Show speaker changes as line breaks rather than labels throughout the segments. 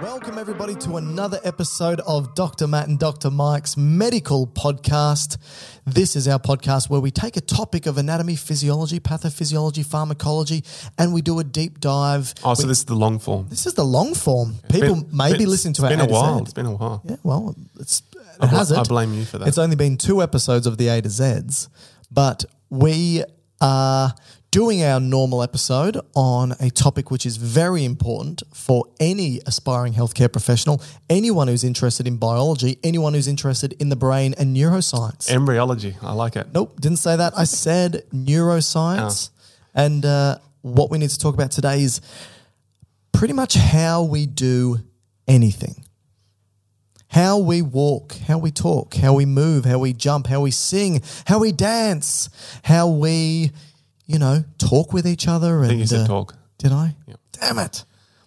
Welcome, everybody, to another episode of Dr. Matt and Dr. Mike's medical podcast. This is our podcast where we take a topic of anatomy, physiology, pathophysiology, pharmacology, and we do a deep dive.
Oh, so this is the long form.
This is the long form. People maybe
it's-
listen to
It's
our
been a
A to Z.
while. It's been a while.
Yeah, well, it's, it
I bl-
has it.
I blame you for that.
It's only been two episodes of the A to Zs, but we are doing our normal episode on a topic which is very important for any aspiring healthcare professional, anyone who's interested in biology, anyone who's interested in the brain and neuroscience.
Embryology. I like it.
Nope, didn't say that. I said neuroscience.
Ah.
And uh, what we need to talk about today is pretty much how we do anything how we walk, how we talk, how we move, how we jump, how we sing, how we dance, how we, you know, talk with each other. And,
I think you said
uh,
talk.
Did I? Damn it.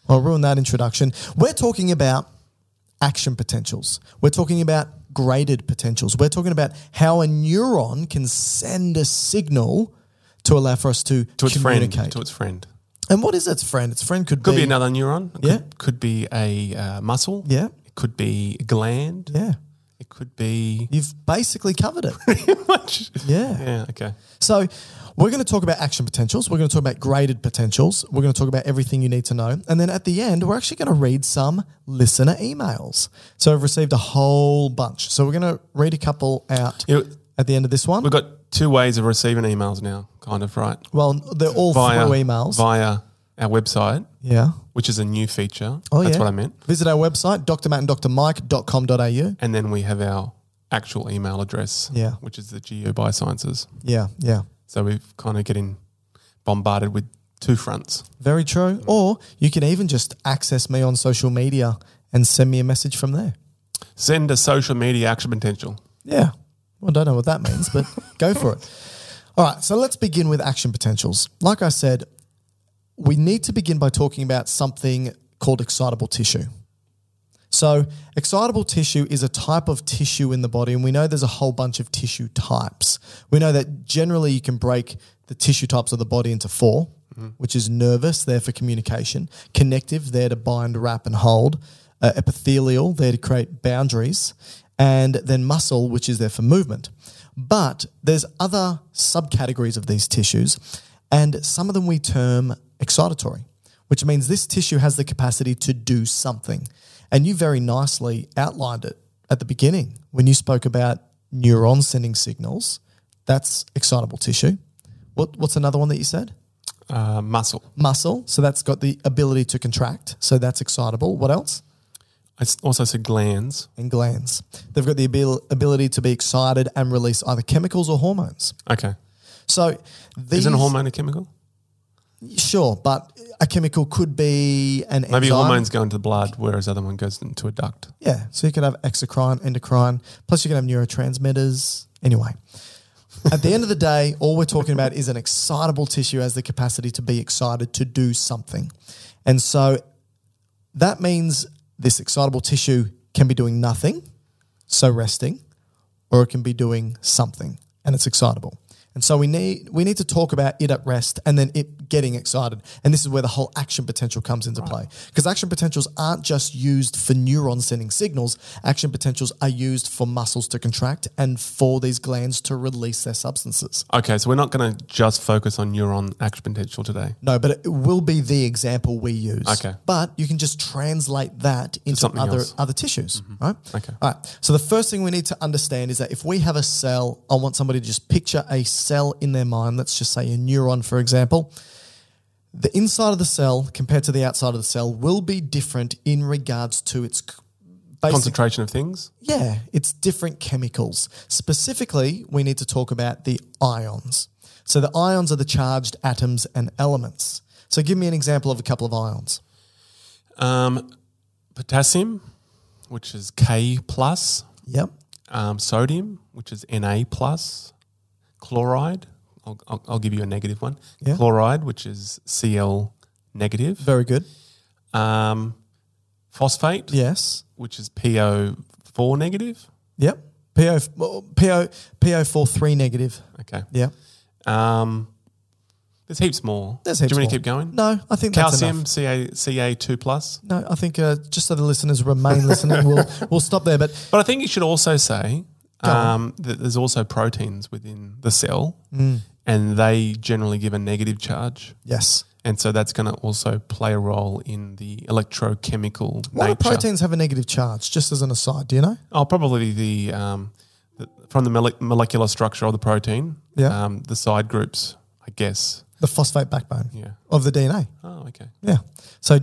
Well, ruin that introduction. We're talking about action potentials. We're talking about graded potentials. We're talking about how a neuron can send a signal to allow for us to,
To its friend.
communicate.
To its friend.
and what is its friend? Its friend could,
Could be another neuron. It
Yeah.
Could, could be a uh, muscle.
Yeah.
It could be a gland.
Yeah.
It could be.
You've basically covered it. Yeah.
Yeah. Okay.
So we're going to talk about action potentials. We're going to talk about graded potentials. We're going to talk about everything you need to know. And then at the end, we're actually going to read some listener emails. So I've received a whole bunch. So we're going to read a couple out
You know,
at the end of this one.
we've got two ways of receiving emails now, kind of, right?
well, they're all through emails.
Via our website,
yeah.
which is a new feature.
Oh,
That's
yeah.
what I meant.
Visit our website, drmattandrmike.com.au.
And then we have our actual email address,
Yeah.
which is the GeoBiosciences.
Yeah, yeah.
So we're kind of getting bombarded with two fronts.
Very true. Or you can even just access me on social media and send me a message from there.
Send a social media action potential.
Yeah. Well, I don't know what that means, but go for it. All right. So let's begin with action potentials. Like I said, we need to begin by talking about something called excitable tissue. So, excitable tissue is a type of tissue in the body, and we know there's a whole bunch of tissue types. We know that generally you can break the tissue types of the body into 4 which is nervous, there for communication, connective, there to bind, wrap, and hold, uh, epithelial, there to create boundaries, and then muscle, which is there for movement. But there's other subcategories of these tissues, and some of them we term excitatory which means this tissue has the capacity to do something. And you very nicely outlined it at the beginning when you spoke about neurons sending signals. That's excitable tissue. What, what's another one that you said?
Uh, muscle.
Muscle. So that's got the ability to contract. So that's excitable. What else?
I s- also said glands.
and glands. They've got the abil- ability to be excited and release either chemicals or hormones.
Okay.
So these
Isn't a hormone a chemical?
Sure, but a chemical could be an enzyme.
Maybe hormones go into the blood, whereas the other one goes into a duct.
Yeah, so you could have exocrine, endocrine. Plus, you can have neurotransmitters. Anyway, at the end of the day, all we're talking about is an excitable tissue has the capacity to be excited to do something, and so that means this excitable tissue can be doing nothing, so resting, or it can be doing something, and it's excitable. And so we need we need to talk about it at rest and then it getting excited. And this is where the whole action potential comes into play. Because action potentials aren't just used for neurons sending signals. Action potentials are used for muscles to contract and for these glands to release their substances.
Okay, so we're not going to just focus on neuron action potential today.
No, but it will be the example we use.
Okay.
But you can just translate that into
something
other
else. Mm-hmm.
other tissues, right?
Okay.
All right. So the first thing we need to understand is that if we have a cell, I want somebody to just picture a cell in their mind. Let's just say a neuron, for example. The inside of the cell compared to the outside of the cell will be different in regards to its c- basic
Concentration of things.
yeah, it's different chemicals. Specifically, we need to talk about the ions. So the ions are the charged atoms and elements. So give me an example of a couple of ions.
Um, potassium, which is K plus.
Yep.
Um, sodium, which is Na plus. Chloride. I'll, I'll, I'll give you a negative one.
Yeah.
Chloride, which is Cl negative.
Very good.
Um, phosphate,
Yes.
which is PO4 negative.
Yep. PO PO PO43 negative.
Okay.
Yeah.
Um, there's heaps more.
There's
Do
heaps
you want
more.
to keep going?
No, I think that's
Calcium,
enough.
Ca Ca2 plus.
No, I think uh, just so the listeners remain listening, we'll we'll stop there. But
But I think you should also say
Go on.
um, that there's also proteins within the cell,
Mm.
and they generally give a negative charge.
yes,
And so that's going to also play a role in the electrochemical
why
nature.
do proteins have a negative charge? Just as an aside, do you know?
Oh, probably the, um, the from the mole- molecular structure of the protein.
Yeah.
Um, the side groups, I guess.
The phosphate backbone
Yeah.
of the DNA.
Oh, okay.
Yeah. So,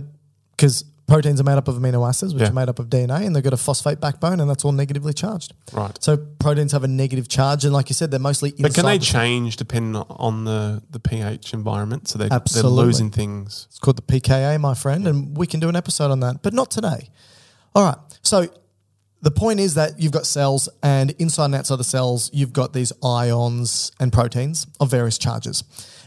because proteins are made up of amino acids, which
Yeah.
are made up of DNA, and they've got a phosphate backbone, and that's all negatively charged.
Right.
So proteins have a negative charge, and like you said, they're mostly. Inside
But can they
the-
change depending on the, the pH environment? So they're, they're
Absolutely.
losing things.
It's called the PKA, my friend, and we can do an episode on that, but not today. All right. So the point is that you've got cells, and inside and outside the cells, you've got these ions and proteins of various charges.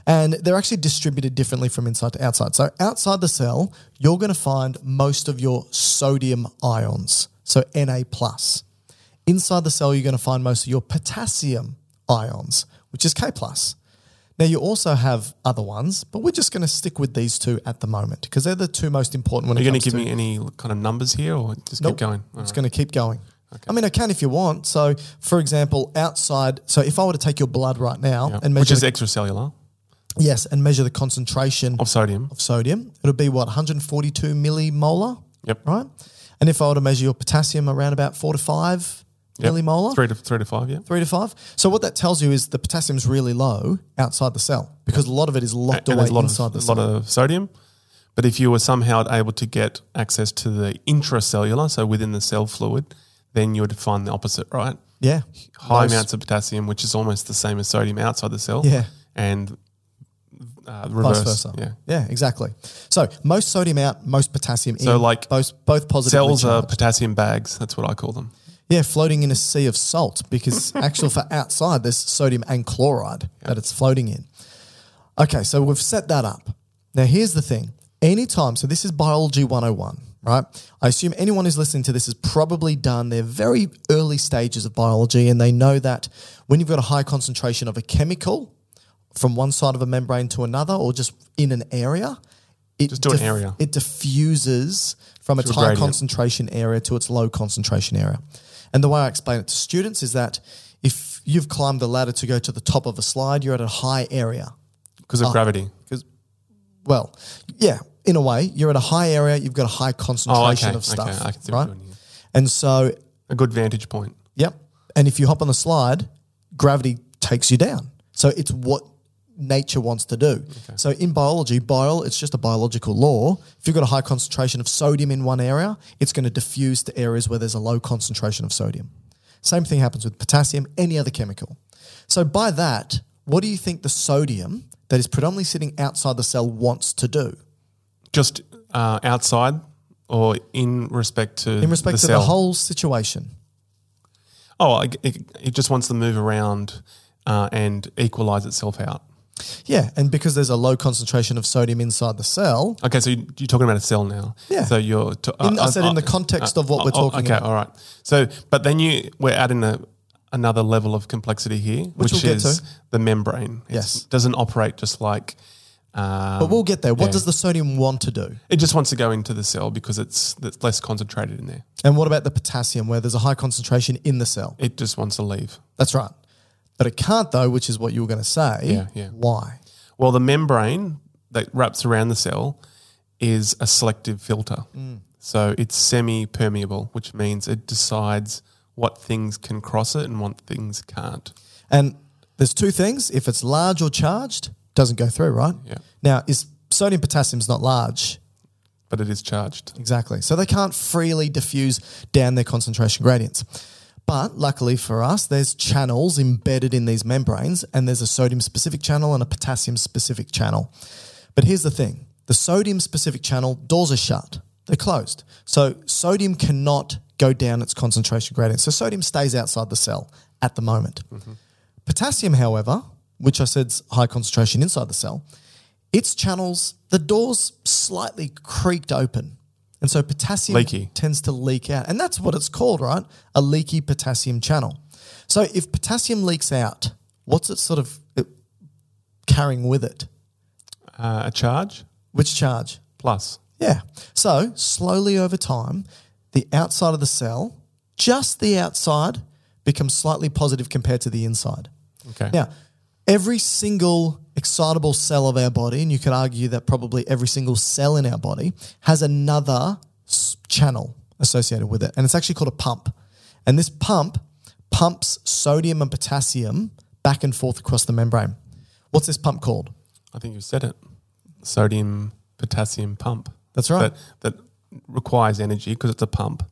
And they're actually distributed differently from inside to outside. So outside the cell, you're going to find most of your sodium ions, so Na plus. Inside the cell, you're going to find most of your potassium ions, which is K plus. Now, you also have other ones, but we're just going to stick with these two at the moment because they're the two most important when
Are
it
you going
comes
to give
to
me any kind of numbers here or just
Nope.
keep going? All
It's
right.
going to keep going. I mean, I can if you want. So, for example, outside. So, if I were to take your blood right now
Yeah.
and
Which
measure,
is
the-
extracellular
yes, and measure the concentration
of sodium.
of sodium, it'll be what 142 millimolar,
Yep.
right? And if I were to measure your potassium, around about four to five
Yep.
millimolar,
Three to, three to five, yeah.
three to five. So, what that tells you is the potassium's really low outside the cell because a lot of it is locked
and
away
there's a lot,
inside
of,
the
a
cell.
lot of sodium. But if you were somehow able to get access to the intracellular, so within the cell fluid, then you would find the opposite, right?
yeah,
High
Those-
amounts of potassium, which is almost the same as sodium outside the cell.
Yeah.
And uh,
Vice
reverse.
versa.
Yeah.
exactly. So most sodium out, most potassium in.
So, like,
both both positive
Cells are potassium bags. That's what I call them.
Yeah, floating in a sea of salt because actual for outside there's sodium and chloride that it's floating in. Okay, so we've set that up. Now here's the thing. Anytime, so this is biology 101, right? I assume anyone who's listening to this has probably done their very early stages of biology and they know that when you've got a high concentration of a chemical from one side of a membrane to another or just in an area, it
Just do an area.
It diffuses from its
a
high
gradient.
concentration area to its low concentration area. And the way I explain it to students is that if you've climbed the ladder to go to the top of a slide, you're at a high area.
Because
Oh.
of gravity.
Well, yeah, in a way, you're at a high area, you've got a high concentration
Oh, okay,
of stuff,
okay, I can see what
right?
you're doing here.
And so,
A good vantage point.
yep. And if you hop on the slide, gravity takes you down. So it's what nature wants to do. So in biology, bio it's just a biological law. If you've got a high concentration of sodium in one area, it's going to diffuse to areas where there's a low concentration of sodium. Same thing happens with potassium, any other chemical. So by that, what do you think the sodium that is predominantly sitting outside the cell wants to do?
Just uh, outside or in respect to
In respect to
cell?
the whole situation.
Oh, I- it, it just wants to move around uh, and equalize itself out.
Yeah, and because there's a low concentration of sodium inside the cell,
Okay, so you- you're talking about a cell now.
Yeah.
So you're. uh, To,
In- I said in the context of what we're talking
uh, oh, okay,
about.
all right. So, but then you we're adding a, another level of complexity here,
Which
which,
we'll get
is
to.
the membrane. It
Yes.
doesn't operate just like. Um,
but we'll get there. What
yeah.
does the sodium want to do?
It just wants to go into the cell because it's that's less concentrated in there.
And what about the potassium, where there's a high concentration in the cell?
It just wants to leave.
That's right. But it can't, though, which is what you were going to say.
Yeah, yeah.
Why?
Well, the membrane that wraps around the cell is a selective filter.
Mm.
So it's semi permeable, which means it decides what things can cross it and what things can't.
And there's two things. If it's large or charged, doesn't go through, right?
Yeah.
Now, is sodium potassium's not large?
But it is charged.
Exactly. So they can't freely diffuse down their concentration gradients. But luckily for us, there's channels embedded in these membranes, and there's a sodium specific channel and a potassium specific channel. But here's the thing the sodium specific channel doors are shut, they're closed. So sodium cannot go down its concentration gradient. So sodium stays outside the cell at the moment. Potassium, however, which I said's high concentration inside the cell, its channels, the doors slightly creaked open. And so potassium
Leaky.
tends to leak out. And that's what it's called, right? A leaky potassium channel. So if potassium leaks out, what's it sort of uh, carrying with it?
Uh, a charge
Which charge?
plus.
Yeah. So slowly over time, the outside of the cell, just the outside, becomes slightly positive compared to the inside.
Okay.
Now, every single excitable cell of our body, and you could argue that probably every single cell in our body has another s- channel associated with it, and it's actually called a pump. And this pump pumps sodium and potassium back and forth across the membrane. What's this pump called?
I think you said it. Sodium potassium pump.
That's right. Mm.
That, that requires energy because it's a pump.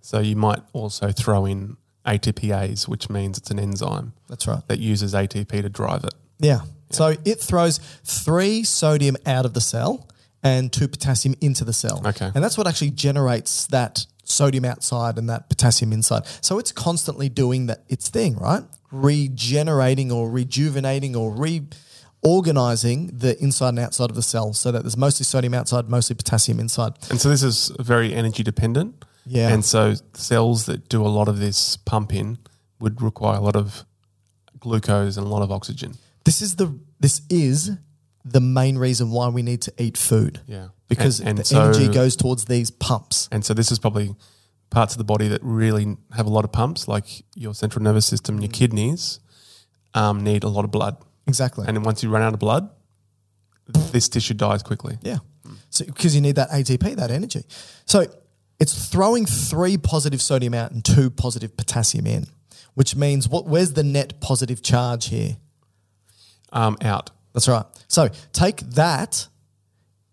So you might also throw in ATPase, which means it's an enzyme
That's right.
that uses ATP to drive it.
Yeah. So it throws three sodium out of the cell and two potassium into the cell.
Okay.
And that's what actually generates that sodium outside and that potassium inside. So it's constantly doing that its thing, right? Regenerating or rejuvenating or reorganizing the inside and outside of the cell so that there's mostly sodium outside, mostly potassium inside.
And so this is very energy dependent.
Yeah.
And so cells that do a lot of this pumping would require a lot of glucose and a lot of oxygen.
This is the this is the main reason why we need to eat food.
Yeah.
Because
And- and
the
so-
energy goes towards these pumps.
And so this is probably parts of the body that really have a lot of pumps, like your central nervous system,
Mm.
your kidneys, um, need a lot of blood.
Exactly.
And then once you run out of blood, this tissue dies quickly.
Yeah. So because you need that ATP, that energy. So it's throwing three positive sodium out and two positive potassium in, which means what where's the net positive charge here?
Um, out.
That's right. So take that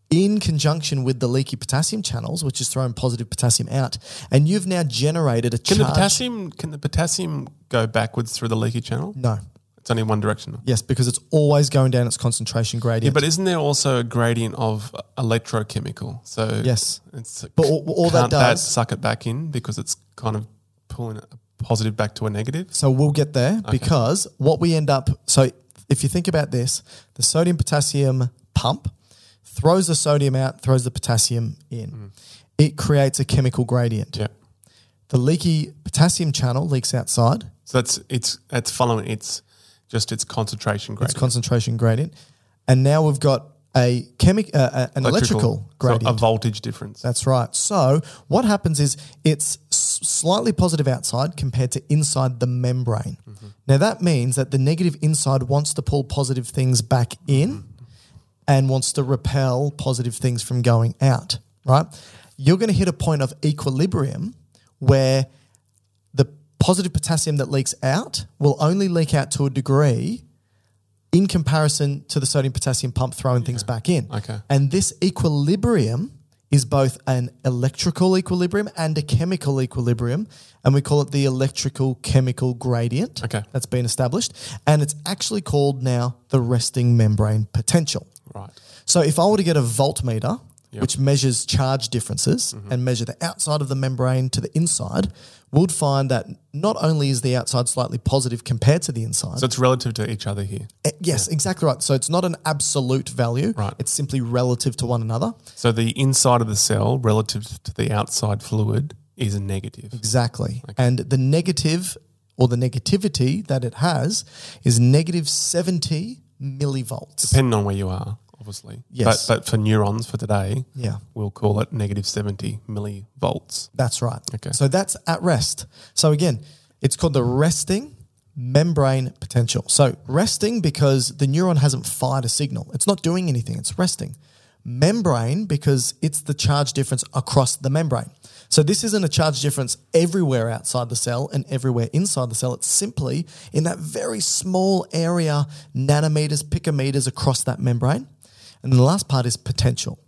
in conjunction with the leaky potassium channels, which is throwing positive potassium out, and you've now generated a
Can the
charge.
potassium can the potassium go backwards through the leaky channel?
No.
It's only one directional.
Yes, because it's always going down its concentration gradient.
Yeah, but isn't there also a gradient of electrochemical? So
Yes.
it's
But all- all that
can't
does-
suck it back in because it's kind of pulling a positive back to a negative.
So we'll get there because what we end up. So if you think about this, the sodium potassium pump throws the sodium out, throws the potassium in. It creates a chemical gradient.
Mm. Yeah,
The leaky potassium channel leaks outside,
so that's it's that's following its just its concentration
its
gradient.
concentration gradient. And now we've got a chemic, uh, uh, an electrical, gradient.
so a voltage difference.
That's right. So what happens is it's s- slightly positive outside compared to inside the membrane. Now that means that the negative inside wants to pull positive things back in and wants to repel positive things from going out, right? You're going to hit a point of equilibrium where the positive potassium that leaks out will only leak out to a degree in comparison to the sodium potassium pump throwing things back in.
Okay.
And this equilibrium is both an electrical equilibrium and a chemical equilibrium. And we call it the electrical chemical gradient.
Okay.
That's been established. And it's actually called now the resting membrane potential.
Right.
So if I were to get a voltmeter, which measures charge differences
Mm-hmm.
and measure the outside of the membrane to the inside, we'd find that not only is the outside slightly positive compared to the inside.
So it's relative to each other here.
Eh, yes, exactly right. So it's not an absolute value.
Right.
It's simply relative to one another.
So the inside of the cell relative to the outside fluid is negative.
Exactly. And the negative or the negativity that it has is negative 70 millivolts.
Depending on where you are, obviously.
Yes.
But, but for neurons for today,
Yeah.
we'll call it negative 70 millivolts.
That's right.
Okay.
So that's at rest. So again, it's called the resting membrane potential. So resting because the neuron hasn't fired a signal. It's not doing anything. It's resting. Membrane because it's the charge difference across the membrane. So this isn't a charge difference everywhere outside the cell and everywhere inside the cell. It's simply in that very small area, nanometers, picometers across that membrane. And the last part is potential.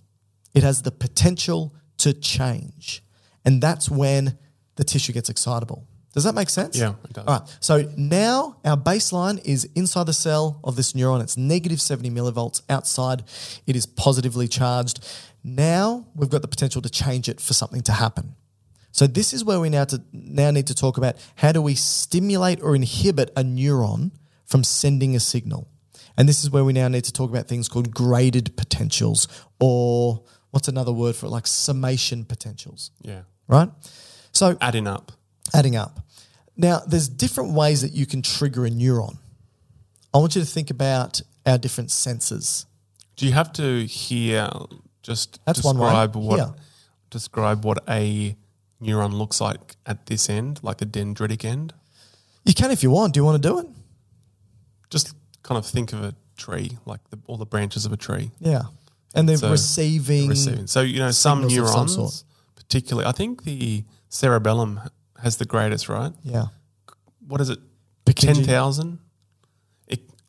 It has the potential to change. And that's when the tissue gets excitable. Does that make sense?
Yeah, it does.
All right. So now our baseline is inside the cell of this neuron. It's negative 70 millivolts. Outside, it is positively charged. Now we've got the potential to change it for something to happen. So this is where we now to now need to talk about how do we stimulate or inhibit a neuron from sending a signal. And this is where we now need to talk about things called graded potentials or what's another word for it like summation potentials,
Yeah.
right? So
Adding up.
adding up. Now, there's different ways that you can trigger a neuron. I want you to think about our different senses.
Do you have to hear just
That's one way.
describe what
Hear.
describe what a neuron looks like at this end, like the dendritic end?
You can if you want. Do you want to do it?
Just kind of think of a tree, like the, all the branches of a tree.
Yeah. And they're
So,
receiving,
receiving. So you know, some
signals of some
neurons,
sort.
particularly, I think the cerebellum has the greatest, right?
Yeah.
What is it?
Pickinji.
Ten thousand.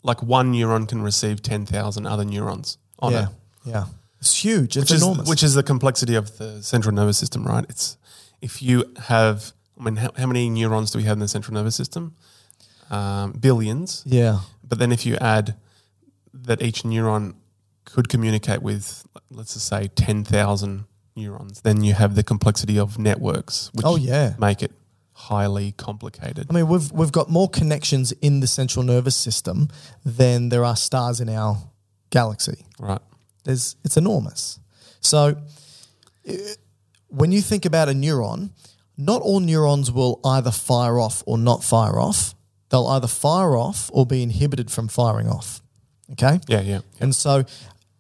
Like one neuron can receive ten thousand other neurons on
yeah.
it,
Yeah. It's huge. It's
which is
enormous.
which is the complexity of the central nervous system, right? It's if you have, I mean, how, how many neurons do we have in the central nervous system? Um, billions.
yeah.
But then if you add that each neuron could communicate with, let's just say, 10,000 neurons, then you have the complexity of networks, which
Oh, yeah.
make it highly complicated.
I mean, we've, we've got more connections in the central nervous system than there are stars in our galaxy.
right.
There's, it's enormous. So eh, when you think about a neuron, not all neurons will either fire off or not fire off. They'll either fire off or be inhibited from firing off. Okay?
Yeah, yeah.
And so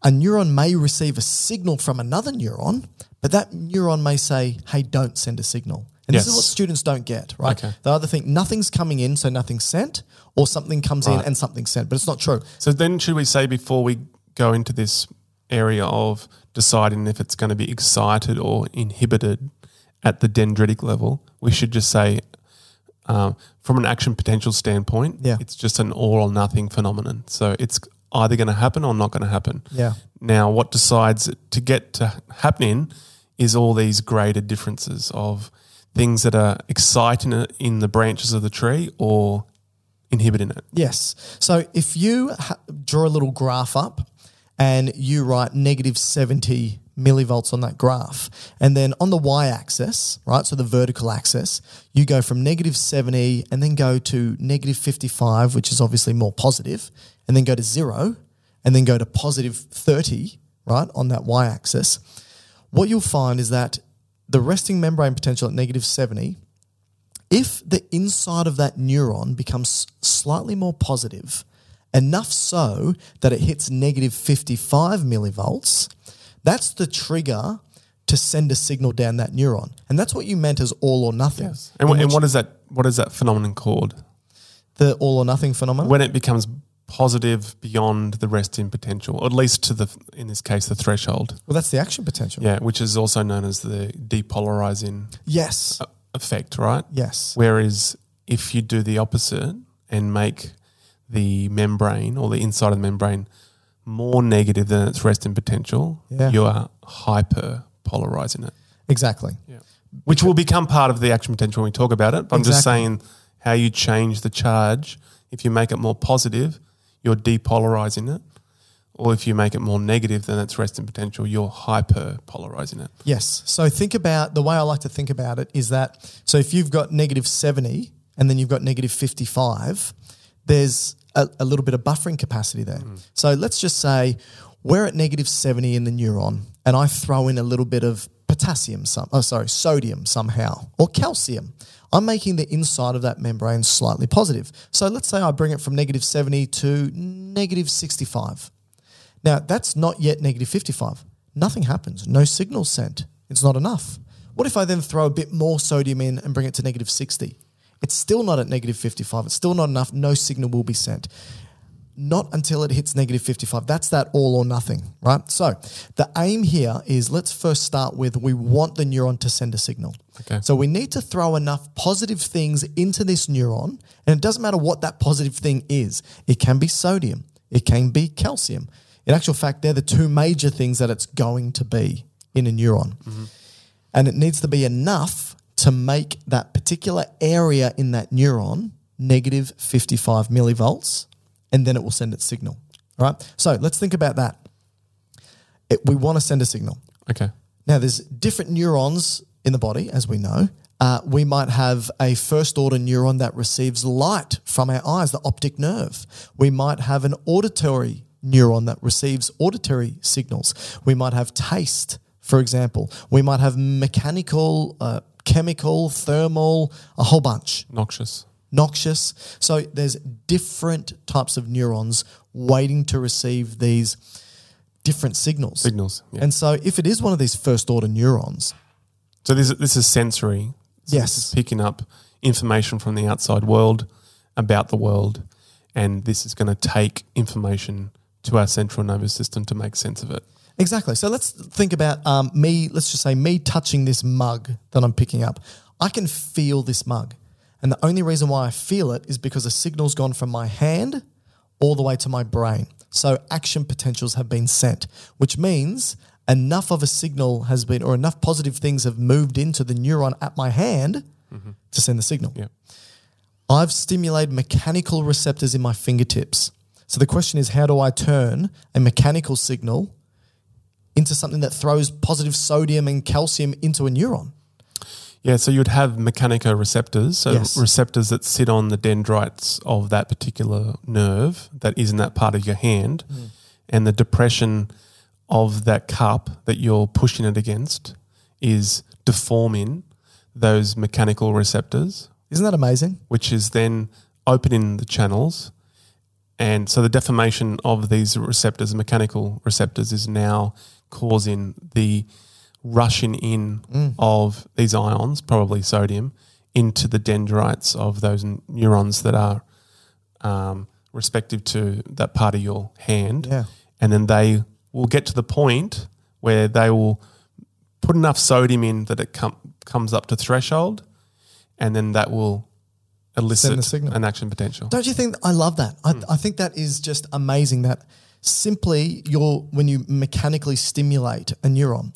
a neuron may receive a signal from another neuron, but that neuron may say, hey, don't send a signal. And this is
Yes.
what students don't get, right?
Okay.
They either think nothing's coming in, so nothing's sent, or something comes in
Right.
and something's sent, but it's not true.
So then, should we say before we go into this area of deciding if it's going to be excited or inhibited at the dendritic level, we should just say, um, from an action potential standpoint,
Yeah.
it's just an all or nothing phenomenon. So it's either going to happen or not going to happen.
Yeah.
Now, what decides it to get to happening is all these graded differences of things that are exciting it in the branches of the tree or inhibiting it.
Yes. So if you ha- draw a little graph up and you write negative 70 millivolts on that graph, and then on the y axis, right, so the vertical axis, you go from negative 70 and then go to negative 55, which is obviously more positive, and then go to zero and then go to positive 30, right, on that y axis. What you'll find is that the resting membrane potential at negative 70 if the inside of that neuron becomes slightly more positive, enough so that it hits negative 55 millivolts, that's the trigger to send a signal down that neuron. And that's what you meant as all or nothing.
And,
In
wh- and
which-
what is that? What is that phenomenon called?
the all or nothing phenomenon?
When it becomes positive beyond the resting potential, or at least to the in this case the threshold.
well, that's the action potential.
Yeah, which is also known as the depolarizing e-,
Yes.
effect, right?
yes.
Whereas if you do the opposite and make the membrane or the inside of the membrane more negative than its resting potential,
Yeah.
you are hyper polarizing it,
Exactly.
which will become part of the action potential when we talk about it. But I'm just
Exactly.
saying how you change the charge. If you make it more positive, you're depolarizing it. Or if you make it more negative than its resting potential, you're hyper polarizing it.
Yes. So think about the way I like to think about it is that so if you've got negative 70 and then you've got negative 55, there's a, a little bit of buffering capacity there. So let's just say we're at negative 70 in the neuron and I throw in a little bit of potassium, some, oh, sorry, sodium somehow or calcium. I'm making the inside of that membrane slightly positive. So let's say I bring it from negative 70 to negative 65. Now, that's not yet negative 55. Nothing happens. No signal sent. It's not enough. What if I then throw a bit more sodium in and bring it to negative 60? It's still not at negative 55. It's still not enough. No signal will be sent. Not until it hits negative 55. That's that all or nothing, right? So the aim here is let's first start with we want the neuron to send a signal.
Okay.
So we need to throw enough positive things into this neuron, and it doesn't matter what that positive thing is. It can be sodium, it can be calcium. In actual fact, they're the two major things that it's going to be in a neuron. And it needs to be enough to make that particular area in that neuron negative 55 millivolts, and then it will send its signal. All right. So let's think about that. It, we want to send a signal.
Okay.
Now, there's different neurons in the body, as we know. Uh, we might have a first order neuron that receives light from our eyes, the optic nerve. We might have an auditory neuron that receives auditory signals. We might have taste, for example. We might have mechanical, uh, chemical, thermal, a whole bunch
Noxious.
noxious. So there's different types of neurons waiting to receive these different signals.
Signals, yeah.
And so if it is one of these first order neurons,
So this this is sensory. So
Yes.
this is picking up information from the outside world about the world, and this is going to take information to our central nervous system to make sense of it.
exactly. So let's think about um, me, let's just say me touching this mug that I'm picking up. I can feel this mug. And the only reason why I feel it is because a signal's gone from my hand all the way to my brain. So action potentials have been sent, which means enough of a signal has been, or enough positive things have moved into the neuron at my hand to send the signal.
Yeah.
I've stimulated mechanical receptors in my fingertips. So the question is, how do I turn a mechanical signal into something that throws positive sodium and calcium into a neuron?
Yeah, so you'd have mechanoreceptors, so
Yes.
receptors that sit on the dendrites of that particular nerve that is in that part of your hand, and the depression of that cup that you're pushing it against is deforming those mechanical receptors,
Isn't that amazing?
which is then opening the channels. And so the deformation of these receptors, mechanical receptors, is now causing the rushing in of these ions, probably sodium, into the dendrites of those n- neurons that are um, respective to that part of your hand.
Yeah.
And then they will get to the point where they will put enough sodium in that it com- comes up to threshold, and then that will elicit
signal.
an action potential.
Don't you think? I love that.
Hmm.
I, I think that is just amazing that simply you're, when you mechanically stimulate a neuron,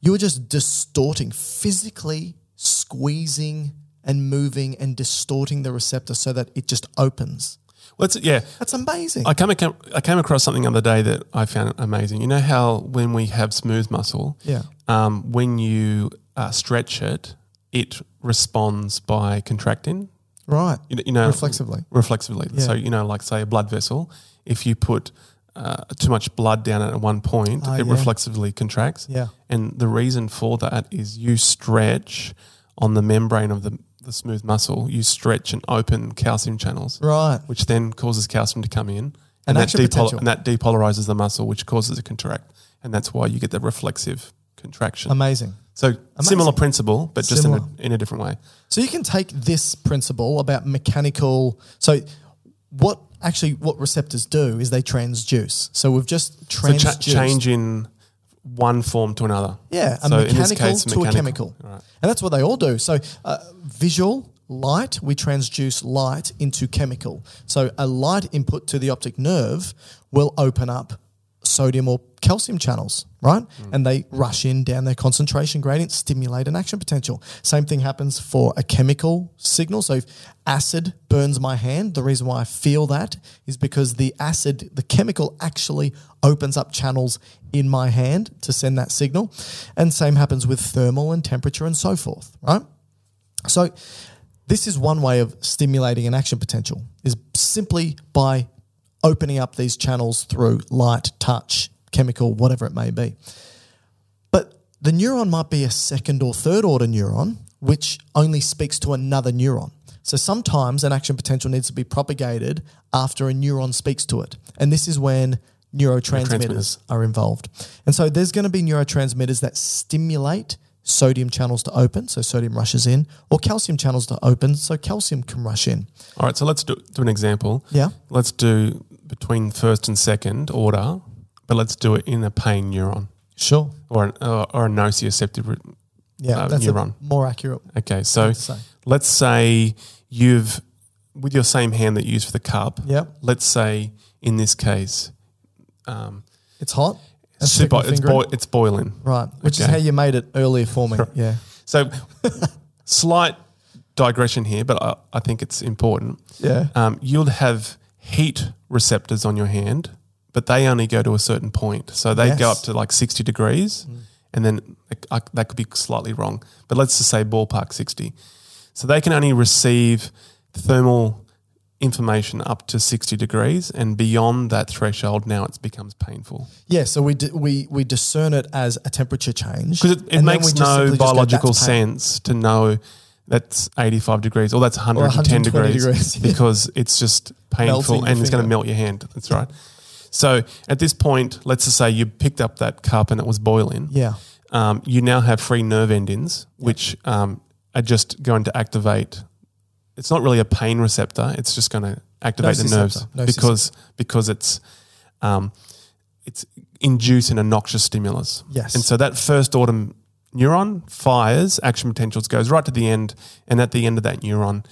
you're just distorting, physically squeezing and moving and distorting the receptor so that it just opens.
Let's yeah.
That's amazing.
I came, acro- I came across something the other day that I found amazing. You know how when we have smooth muscle,
Yeah.
um, when you uh, stretch it, it responds by contracting.
right.
You know, you know
Reflexively.
Reflexively. So
Yeah.
you know, like say a blood vessel, if you put uh, too much blood down at one point,
Ah,
it
yeah.
reflexively contracts.
Yeah.
And the reason for that is you stretch on the membrane of the, the smooth muscle, you stretch and open calcium channels,
Right.
which then causes calcium to come in.
And
And, that,
action
depol-
potential.
and that depolarizes the muscle, which causes a contract. And that's why you get the reflexive contraction.
Amazing.
so, similar principle, but just in a,
Similar.
in a different way.
So you can take this principle about mechanical. So what actually what receptors do is they transduce. So we've just
So,
transduced.
cha- changing one form to another.
Yeah, a
So in
mechanical
this case,
to a chemical. And that's what they all do. So uh, visual, light, we transduce light into chemical. So a light input to the optic nerve will open up sodium or calcium channels, right?
Mm.
And they rush in down their concentration gradient, stimulate an action potential. Same thing happens for a chemical signal. So if acid burns my hand, the reason why I feel that is because the acid, the chemical actually opens up channels in my hand to send that signal. And same happens with thermal and temperature and so forth, right? So this is one way of stimulating an action potential is simply by opening up these channels through light, touch, chemical, whatever it may be. But the neuron might be a second or third order neuron which only speaks to another neuron. So sometimes an action potential needs to be propagated after a neuron speaks to it. And this is when neurotransmitters
Neurotransmitters.
are involved. And so there's going to be neurotransmitters that stimulate sodium channels to open, so sodium rushes in, or calcium channels to open, so calcium can rush in.
All right, so let's do, do an example.
Yeah.
Let's do between first and second order, but let's do it in a pain neuron
Sure.
or an, or, or a nociceptive. re-
Yeah,
Uh,
that's a
neuron.
more accurate.
Okay, so
say.
let's say you've, with your same hand that you use for the cup,
Yep.
let's say in this case, um,
It's hot. And
super-
stick my
it's,
finger in.
boi- it's boiling.
Right, which is
Okay.
how you made it earlier for me. Yeah.
So, slight digression here, but I, I think it's important.
Yeah.
Um, you'll have heat receptors on your hand, but they only go to a certain point. So they go
Yes. Mm.
up to like 60 degrees, and then I, I- that could be slightly wrong, but let's just say ballpark 60. So they can only receive thermal information up to 60 degrees, and beyond that threshold, now it becomes painful.
Yeah, so we, d- we we discern it as a temperature change.
Because it, it
and then we
makes
just
no
simply just go,
biological
"That's pain."
sense to know that's 85 degrees or that's 110
120
degrees,
degrees, yeah.
because it's just
Melting
painful
your
and it's going to
finger.
melt your hand. That's right. So at this point, let's just say you picked up that cup and it was boiling.
Yeah.
Um, you now have free nerve endings, which um, are just going to activate. It's not really a pain receptor. It's just going to activate the
Nociceptor.
nerves
Nociceptor.
because because it's um, it's inducing a noxious stimulus.
Yes.
And so that first order neuron fires action potentials, goes right to the end, and at the end of that neuron,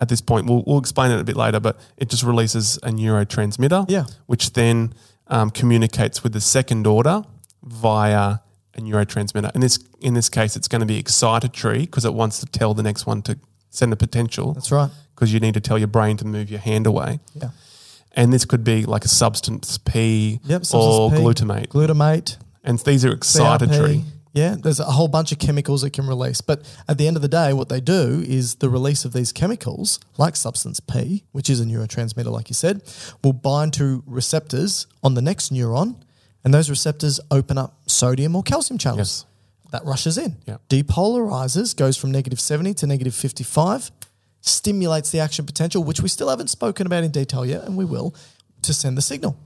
at this point, we'll, we'll explain it a bit later, but it just releases a neurotransmitter,
Yeah.
which then um, communicates with the second order via a neurotransmitter. In this in this case, it's going to be excitatory because it wants to tell the next one to send a potential.
That's right.
Because you need to tell your brain to move your hand away
Yeah.
and this could be like a substance P
Yep. substance
or
P,
glutamate.
Glutamate.
and these are excitatory.
CRP. Yeah, there's a whole bunch of chemicals it can release. But at the end of the day, what they do is the release of these chemicals, like substance P, which is a neurotransmitter, like you said, will bind to receptors on the next neuron, and those receptors open up sodium or calcium channels. That rushes in,
Yeah.
depolarizes, goes from negative 70 to negative 55, stimulates the action potential, which we still haven't spoken about in detail yet, and we will, to send the signal.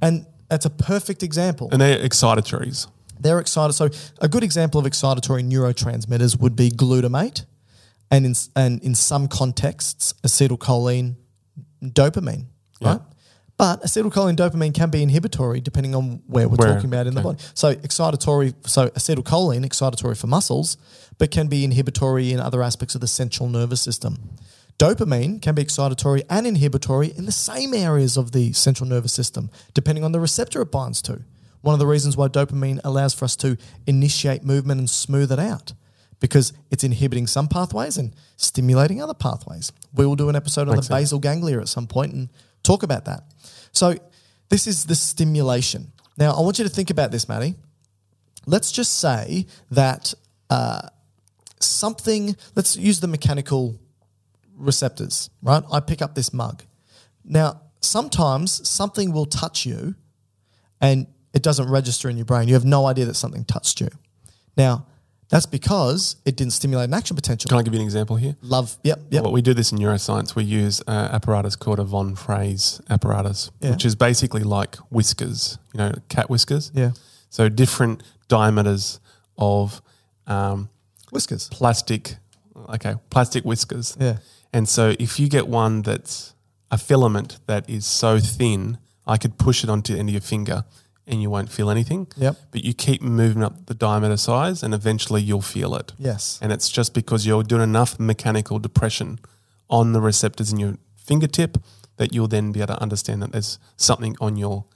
And that's a perfect example
And they're excitatories.
they're excited. So a good example of excitatory neurotransmitters would be glutamate, and in and in some contexts, acetylcholine, dopamine, right? But acetylcholine dopamine can be inhibitory depending on where we're
Where,
talking about in the
okay.
body. So excitatory, so acetylcholine, excitatory for muscles, but can be inhibitory in other aspects of the central nervous system. Dopamine can be excitatory and inhibitory in the same areas of the central nervous system, depending on the receptor it binds to. One of the reasons why dopamine allows for us to initiate movement and smooth it out, because it's inhibiting some pathways and stimulating other pathways. We will do an episode on the basal ganglia at some point and talk about that. So, this is the stimulation. Now, I want you to think about this, Maddie let's just say that uh, something, let's use the mechanical receptors, right? I pick up this mug. Now, sometimes something will touch you and it doesn't register in your brain. You have no idea that something touched you. Now, that's because it didn't stimulate an action potential.
Can I give you an example here?
Love, yep, yep.
Well, we do this in neuroscience. We use uh, apparatus called a von Frey's apparatus,
Yeah.
which is basically like whiskers, you know, cat whiskers.
Yeah.
So different diameters of um,
Whiskers.
plastic, okay, plastic whiskers.
Yeah.
And so if you get one that's a filament that is so thin, I could push it onto the end of your finger and you won't feel anything.
Yep.
But you keep moving up the diameter size and eventually you'll feel it.
Yes.
And it's just because you're doing enough mechanical depression on the receptors in your fingertip that you'll then be able to understand that there's something on your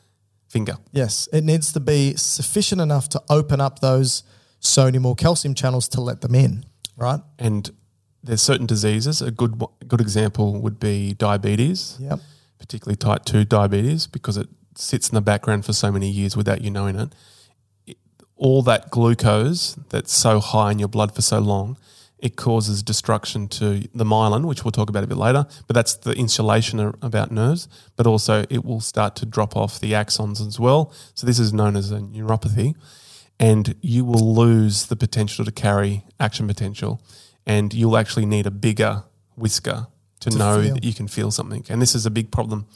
finger.
Yes, it needs to be sufficient enough to open up those sodium or calcium channels to let them in, right?
And there's certain diseases. A good one- good example would be diabetes,
Yep.
particularly type 2 diabetes, because it sits in the background for so many years without you knowing it. It- All that glucose that's so high in your blood for so long, it causes destruction to the myelin, which we'll talk about a bit later, but that's the insulation ar- about nerves, but also it will start to drop off the axons as well. So this is known as a neuropathy and you will lose the potential to carry action potential and you'll actually need a bigger whisker to, know
feel.
that you can feel something and this is a big problem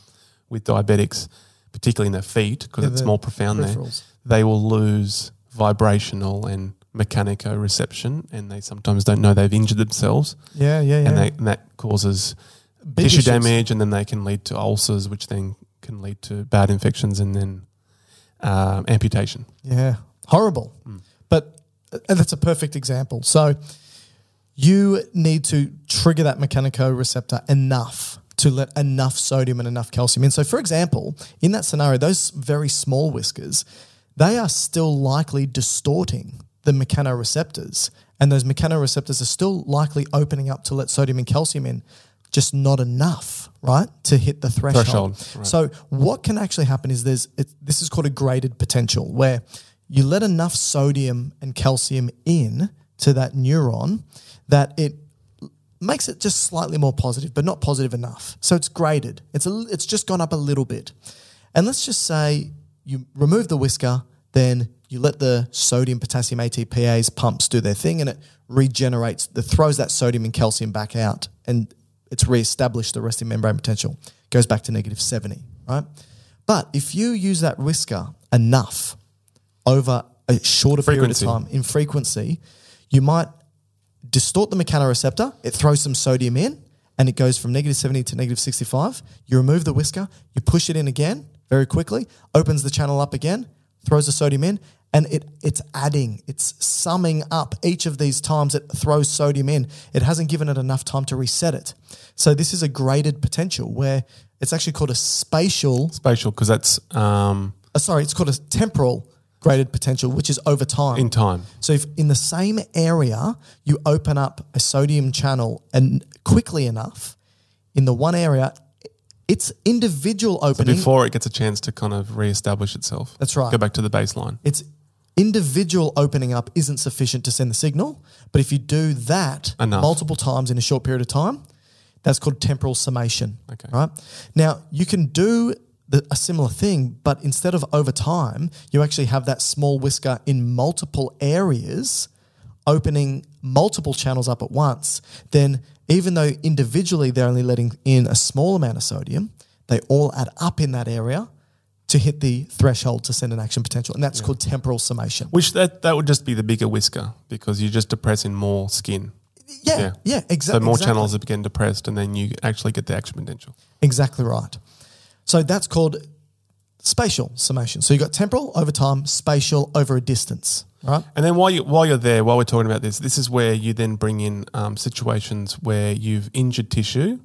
with diabetics particularly in their feet because
Yeah,
it's
the
more profound there
peripherals.
they will lose vibrational and mechanicoreception and they sometimes don't know they've injured themselves
Yeah, yeah, yeah.
and, they, and that causes
Big
tissue
issues.
damage, and then they can lead to ulcers, which then can lead to bad infections and then um, amputation.
Yeah, horrible. But and that's a perfect example. So you need to trigger that mechanicoreceptor enough to let enough sodium and enough calcium in. So, for example, in that scenario, those very small whiskers, they are still likely distorting the mechanoreceptors, and those mechanoreceptors are still likely opening up to let sodium and calcium in. Just not enough, right, to hit the threshold.
Threshold, right.
So what can actually happen is there's it, this is called a graded potential where you let enough sodium and calcium in to that neuron that it makes it just slightly more positive, but not positive enough. So it's graded. It's a, l- it's just gone up a little bit. And let's just say you remove the whisker, then you let the sodium potassium ATPase pumps do their thing, and it regenerates, that throws that sodium and calcium back out, and it's reestablished the resting membrane potential. Goes back to negative seventy, right? But if you use that whisker enough over a shorter
Frequency.
period of time in frequency, you might distort the mechanoreceptor, it throws some sodium in, and it goes from negative 70 to negative 65. You remove the whisker, you push it in again very quickly, opens the channel up again, throws the sodium in, and it, it's adding, it's summing up each of these times it throws sodium in. It hasn't given it enough time to reset it. So this is a graded potential where it's actually called a spatial,
Spatial, because that's um,
uh, sorry, it's called a temporal graded potential, which is over time.
in time.
So if in the same area you open up a sodium channel and quickly enough in the one area, its individual
So
opening,
before it gets a chance to kind of reestablish itself.
That's right.
Go back to the baseline.
its individual opening up isn't sufficient to send the signal. But if you do that
Enough.
multiple times in a short period of time, that's called temporal summation.
Okay.
Right. Now you can do. The, a similar thing, but instead of over time, you actually have that small whisker in multiple areas opening multiple channels up at once, then even though individually they're only letting in a small amount of sodium, they all add up in that area to hit the threshold to send an action potential. And that's called temporal summation.
Which that, that would just be the bigger whisker because you're just depressing more skin.
yeah, yeah,
So
exactly.
more
exactly.
channels are getting depressed and then you actually get the action potential.
Exactly right. So that's called spatial summation. So you've got temporal over time, spatial over a distance, right?
And then while you while you're there, while we're talking about this, this is where you then bring in um, situations where you've injured tissue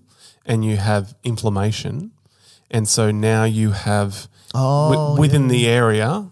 and you have inflammation, and so now you have wi- within the area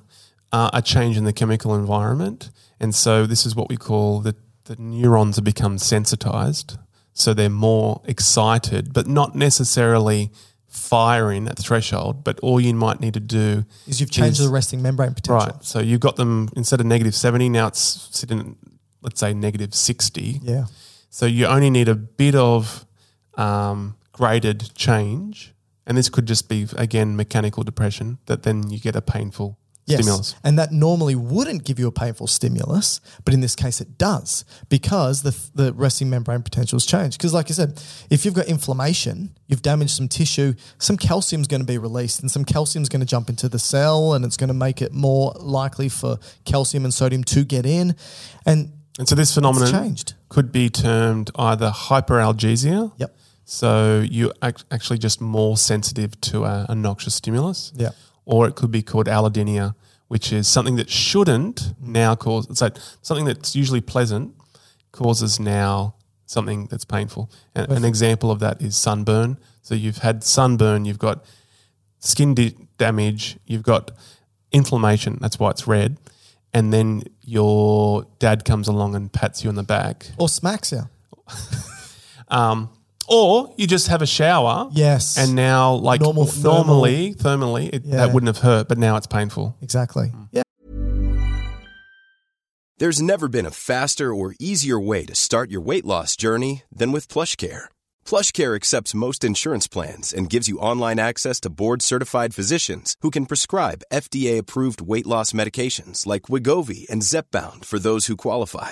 uh, a change in the chemical environment, and so this is what we call the the neurons have become sensitized, so they're more excited, but not necessarily firing at threshold. But all you might need to do
Is you've changed
is-
the resting membrane potential.
Right. So you've got them instead of negative 70, now it's sitting, let's say, negative 60.
Yeah.
So you only need a bit of um, graded change. And this could just be, again, mechanical depression that then you get a painful stimulus.
And that normally wouldn't give you a painful stimulus, but in this case it does because the, the resting membrane potential has changed. Because, like I said, if you've got inflammation, you've damaged some tissue, some calcium's going to be released and some calcium's going to jump into the cell and it's going to make it more likely for calcium and sodium to get in. And
And so this phenomenon
changed.
could be termed either hyperalgesia.
Yep.
So you act- actually just more sensitive to a, a noxious stimulus.
Yeah.
Or it could be called allodynia, which is something that shouldn't now cause. It's like something that's usually pleasant causes now something that's painful. And an example of that is sunburn. So you've had sunburn, you've got skin di- damage, you've got inflammation. That's why it's red. And then your dad comes along and pats you on the back.
Or smacks you.
Um, or you just have a shower.
Yes.
And now, like
Normal thermal-
normally, thermally, it,
Yeah.
that wouldn't have hurt, but now it's painful.
Exactly. Yeah.
There's never been a faster or easier way to start your weight loss journey than with PlushCare. PlushCare accepts most insurance plans and gives you online access to board-certified physicians who can prescribe FDA-approved weight loss medications like Wigovi and Zepbound for those who qualify.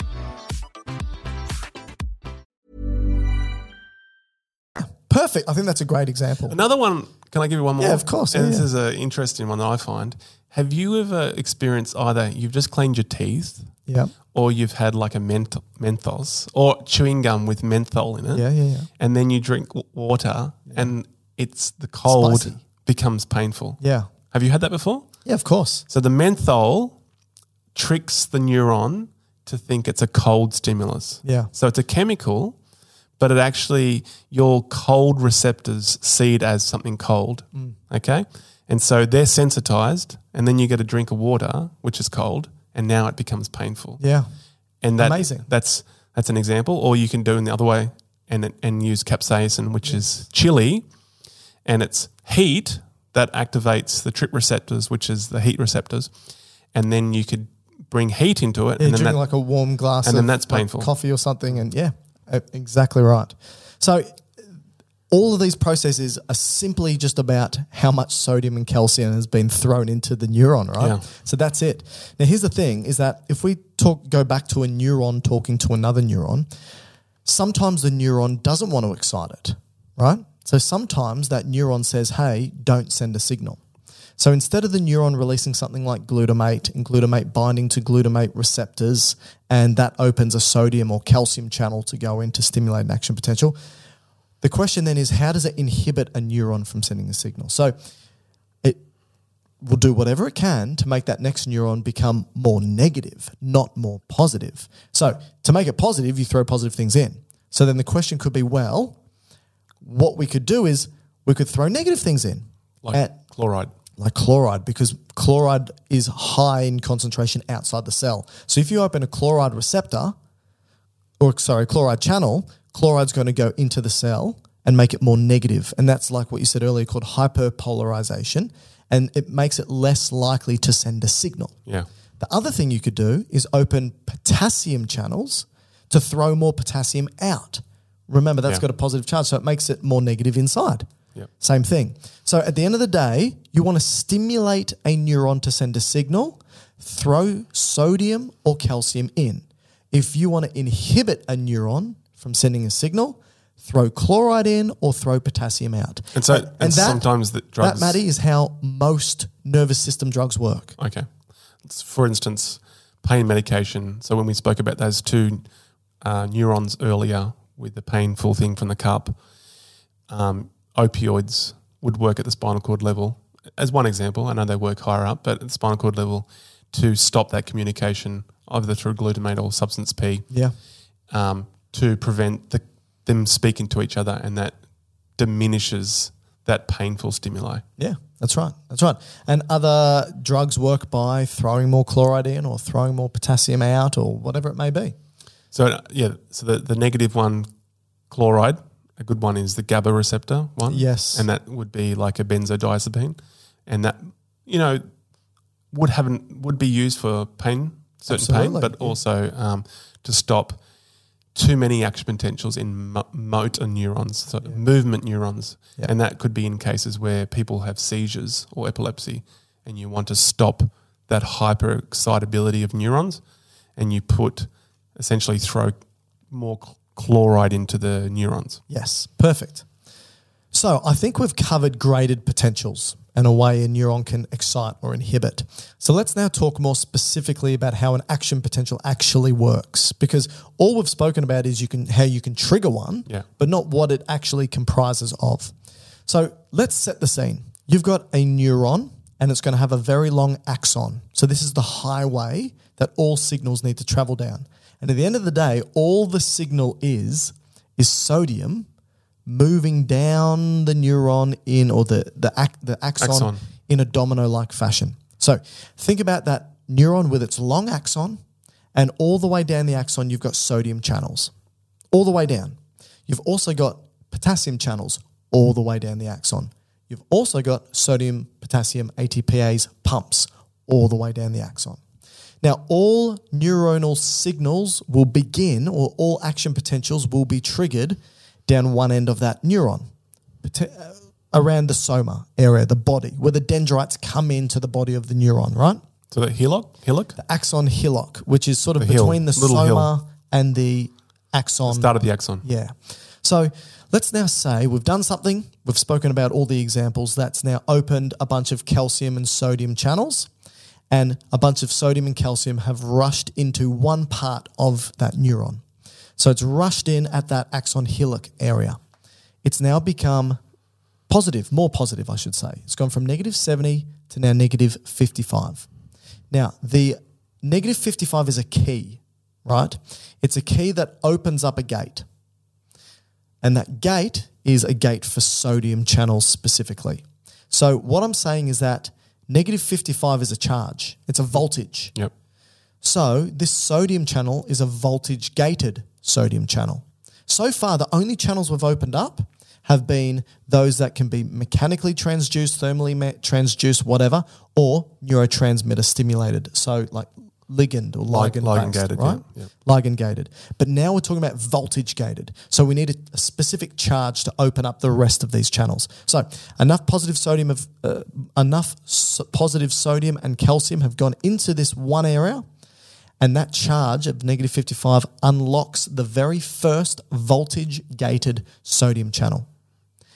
Perfect. I think that's a great example.
Another one. Can I give you one more?
Yeah, of course,
And
yeah,
this
yeah.
is an interesting one that I find. Have you ever experienced either you've just cleaned your teeth,
Yeah.
or you've had like a ment- menthos or chewing gum with menthol in it?
Yeah, yeah, yeah.
And then you drink w- water, and it's the cold
Spicy.
becomes painful.
Yeah.
Have you had that before?
Yeah, of course.
So the menthol tricks the neuron to think it's a cold stimulus.
Yeah.
So it's a chemical, but it actually your cold receptors see it as something cold.
Mm.
Okay. And so they're sensitized, and then you get a drink of water, which is cold, and now it becomes painful.
Yeah.
And that,
Amazing.
That's that's an example. Or you can do in the other way and and use capsaicin, which is chili, and it's heat that activates the trip receptors, which is the heat receptors, and then you could bring heat into it,
Yeah,
and then
drinking
that,
like a warm glass
and
of
then that's
like,
painful.
coffee or something. And yeah, e- exactly right. So all of these processes are simply just about how much sodium and calcium has been thrown into the neuron, right?
Yeah.
So that's it. Now here's the thing is that if we talk go back to a neuron talking to another neuron, sometimes the neuron doesn't want to excite it, right? So sometimes that neuron says, hey, don't send a signal. So instead of the neuron releasing something like glutamate and glutamate binding to glutamate receptors, and that opens a sodium or calcium channel to go in to stimulate an action potential, the question then is how does it inhibit a neuron from sending a signal? So it will do whatever it can to make that next neuron become more negative, not more positive. So to make it positive, you throw positive things in. So then the question could be well, what we could do is we could throw negative things in.
like
And-
chloride.
like chloride because chloride is high in concentration outside the cell. So if you open a chloride receptor, or sorry, chloride channel, chloride's going to go into the cell and make it more negative. And that's like what you said earlier called hyperpolarization. And it makes it less likely to send a signal.
Yeah.
The other thing you could do is open potassium channels to throw more potassium out. Remember, that's
Yeah.
got a positive charge, so it makes it more negative inside.
Yep.
Same thing. So at the end of the day, you want to stimulate a neuron to send a signal, throw sodium or calcium in. If you want to inhibit a neuron from sending a signal, throw chloride in or throw potassium out.
And so- and sometimes the drugs-
That, Matty, is how most nervous system drugs work.
Okay. It's, for instance, pain medication. So when we spoke about those two uh, neurons earlier with the painful thing from the cup, um, opioids would work at the spinal cord level. As one example, I know they work higher up, but at the spinal cord level to stop that communication, either through glutamate or substance P,
Yeah.
um, to prevent the, them speaking to each other, and that diminishes that painful stimuli.
Yeah, that's right. That's right. And other drugs work by throwing more chloride in or throwing more potassium out or whatever it may be.
So uh, yeah, so the, the negative one, chloride. A good one is the GABA receptor one.
Yes.
and that would be like a benzodiazepine, and that you know would have an, would be used for pain certain
Absolutely,
pain, but
yeah.
also um, to stop too many action potentials in mo- motor neurons, so movement neurons.
Yeah.
And that could be in cases where people have seizures or epilepsy, and you want to stop that hyperexcitability of neurons, and you put essentially throw more cl- chloride into the neurons.
Yes, perfect. So I think we've covered graded potentials and a way a neuron can excite or inhibit. So let's now talk more specifically about how an action potential actually works, because all we've spoken about is you can how you can trigger one,
Yeah.
but not what it actually comprises of. So let's set the scene. You've got a neuron and it's going to have a very long axon. So this is the highway that all signals need to travel down. And at the end of the day, all the signal is is sodium moving down the neuron in or the the, ac- the axon
Axon.
in a domino like fashion. So think about that neuron with its long axon, and all the way down the axon, you've got sodium channels, all the way down. You've also got potassium channels all the way down the axon. You've also got sodium, potassium, ATPase pumps all the way down the axon. Now, all neuronal signals will begin, or all action potentials will be triggered down one end of that neuron uh, around the soma area, the body, where the dendrites come into the body of the neuron, right?
So the hillock, hillock,
The axon hillock, which is sort of
The hill,
between the
little
soma
hill.
and the axon.
start of the axon.
Yeah. So let's now say we've done something, we've spoken about all the examples, that's now opened a bunch of calcium and sodium channels, and a bunch of sodium and calcium have rushed into one part of that neuron. So it's rushed in at that axon hillock area. It's now become positive, more positive, I should say. It's gone from negative 70 to now negative 55. Now, the negative 55 is a key, right? It's a key that opens up a gate. And that gate is a gate for sodium channels specifically. So, what I'm saying is that negative 55 is a charge, it's a voltage.
Yep.
So, this sodium channel is a voltage gated sodium channel. So far, the only channels we've opened up have been those that can be mechanically transduced, thermally ma- transduced, whatever, or neurotransmitter stimulated. So, like ligand or
Lig-
ligand,
ligand
based,
gated,
right?
yeah, yeah.
Ligand gated. But now we're talking about voltage gated. So, we need a, a specific charge to open up the rest of these channels. So, enough positive sodium of uh, enough s- positive sodium and calcium have gone into this one area. And that charge of negative 55 unlocks the very first voltage gated sodium channel.